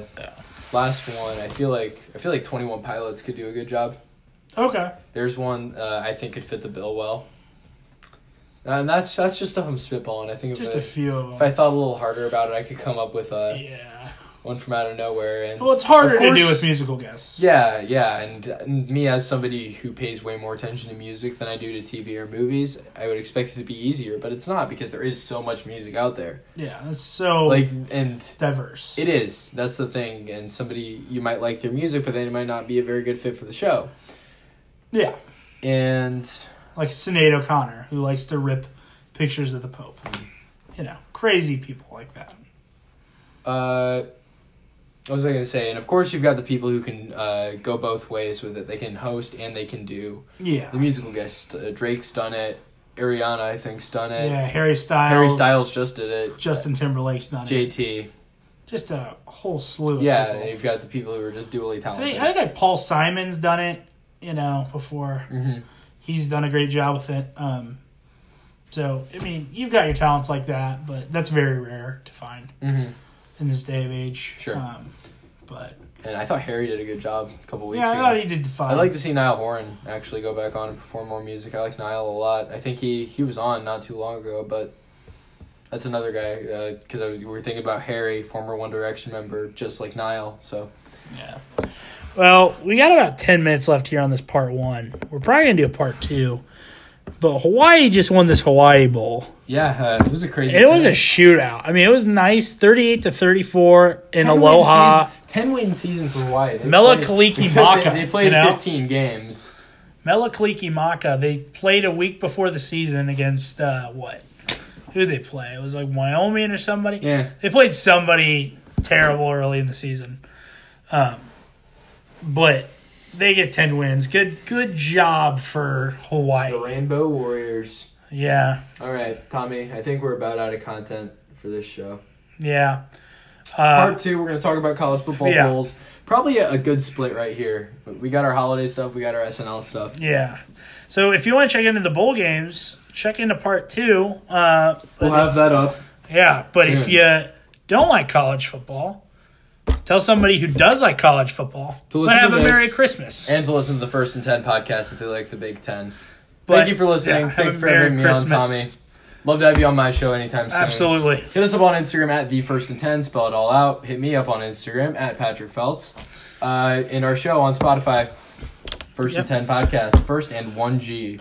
Speaker 2: last one, I feel like I feel like Twenty One Pilots could do a good job.
Speaker 1: okay.
Speaker 2: There's one uh, I think could fit the bill well. And that's that's just stuff I'm spitballing. I think
Speaker 1: Just
Speaker 2: if, I-
Speaker 1: a few of
Speaker 2: if I
Speaker 1: them.
Speaker 2: thought a little harder about it, I could come up with uh,
Speaker 1: Yeah.
Speaker 2: one from out of nowhere. And
Speaker 1: Well, it's harder
Speaker 2: Of course-
Speaker 1: to do with musical guests.
Speaker 2: Yeah, yeah, and uh, me as somebody who pays way more attention to music than I do to TV or movies, I would expect it to be easier, but it's not because there is so much music out there.
Speaker 1: Yeah, it's so
Speaker 2: Like, and
Speaker 1: diverse.
Speaker 2: It is. That's the thing. And somebody you might like their music, but they might not be a very good fit for the show.
Speaker 1: yeah.
Speaker 2: And
Speaker 1: like Sinead O'Connor, who likes to rip pictures of the Pope. You know, crazy people like that.
Speaker 2: uh, what was I going to say? And of course, you've got the people who can uh, go both ways with it. They can host and they can do
Speaker 1: Yeah.
Speaker 2: the musical guest. Uh, Drake's done it. Ariana, I think's done it.
Speaker 1: Yeah, Harry Styles,
Speaker 2: uh, Harry Styles just did it.
Speaker 1: Justin Timberlake's done it.
Speaker 2: JT.
Speaker 1: Just a whole slew of
Speaker 2: Yeah,
Speaker 1: people.
Speaker 2: you've got the people who are just dually
Speaker 1: I
Speaker 2: talented.
Speaker 1: think, I think like Paul Simon's done it. you know, before.
Speaker 2: Mm-hmm.
Speaker 1: He's done a great job with it. Um, so, I mean, you've got your talents like that, but that's very rare to find
Speaker 2: Mm-hmm.
Speaker 1: in this day of age.
Speaker 2: Sure.
Speaker 1: Um, but,
Speaker 2: And I thought Harry did a good job a couple weeks
Speaker 1: yeah, I
Speaker 2: ago.
Speaker 1: thought he did fine.
Speaker 2: I'd like to see Niall Horan actually go back on and perform more music. I like Niall a lot. I think he, he was on not too long ago, but that's another guy because I was, we were thinking about Harry, former One Direction member, just like Niall. So
Speaker 1: Yeah. Well, we got about 10 minutes left here on this part one. We're probably going to do a part two. But Hawaii just won this Hawaii Bowl.
Speaker 2: yeah, uh, it was a crazy.
Speaker 1: It was a
Speaker 2: thing.
Speaker 1: shootout. I mean, it was nice 38 to 34 in
Speaker 2: 10 win
Speaker 1: Aloha.
Speaker 2: season- Ten win season for Hawaii. They
Speaker 1: Mela
Speaker 2: played-
Speaker 1: Kaliki
Speaker 2: except
Speaker 1: Baka,
Speaker 2: They, they played
Speaker 1: you know?
Speaker 2: fifteen games.
Speaker 1: Melakaliki Maka, they played a week before the season against uh, what? Who did they play? It was like Wyoming or somebody.
Speaker 2: Yeah.
Speaker 1: They played somebody terrible early in the season. Um, but they get 10 wins. Good good job for
Speaker 2: The
Speaker 1: Hawaii.
Speaker 2: Rainbow Warriors.
Speaker 1: Yeah.
Speaker 2: All right, Tommy. I think we're about out of content for this show.
Speaker 1: Yeah.
Speaker 2: Part
Speaker 1: Uh,
Speaker 2: two, we're going to talk about college football
Speaker 1: Yeah.
Speaker 2: polls. Probably a, a good split right here. We got our holiday stuff. We got our SNL stuff.
Speaker 1: yeah. So if you want to check into the bowl games, check into part two. Uh,
Speaker 2: We'll have that up.
Speaker 1: yeah. But if
Speaker 2: Soon.
Speaker 1: you don't like college football, tell somebody who does like college football. But
Speaker 2: To listen
Speaker 1: have
Speaker 2: to
Speaker 1: a
Speaker 2: this.
Speaker 1: Merry Christmas.
Speaker 2: And to listen to the First and Ten podcast if they like the Big Ten.
Speaker 1: But,
Speaker 2: Thank you for listening.
Speaker 1: yeah, have
Speaker 2: Thank
Speaker 1: a
Speaker 2: you for
Speaker 1: Merry
Speaker 2: having me
Speaker 1: Christmas.
Speaker 2: on, Tommy. Love to have you on my show anytime soon.
Speaker 1: Absolutely.
Speaker 2: Hit us up on Instagram at the first and ten. Spell it all out. Hit me up on Instagram at Patrick Feltz. Uh, and our show on Spotify, First
Speaker 1: Yep.
Speaker 2: and Ten podcast, First and One G.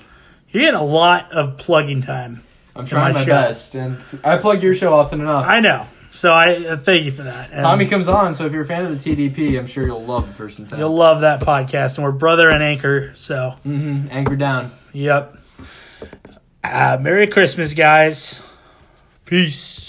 Speaker 1: You're getting a lot of plugging time.
Speaker 2: I'm trying
Speaker 1: my
Speaker 2: my,
Speaker 1: show.
Speaker 2: best, and I plug your show often enough.
Speaker 1: I know. So I uh, thank you for that. And
Speaker 2: Tommy comes on, so if you're a fan of the TDP, I'm sure you'll love First and 10
Speaker 1: You'll love that podcast. And we're brother and anchor. So,
Speaker 2: mm-hmm. Anchor down.
Speaker 1: yep. Uh, Merry Christmas, guys. Peace.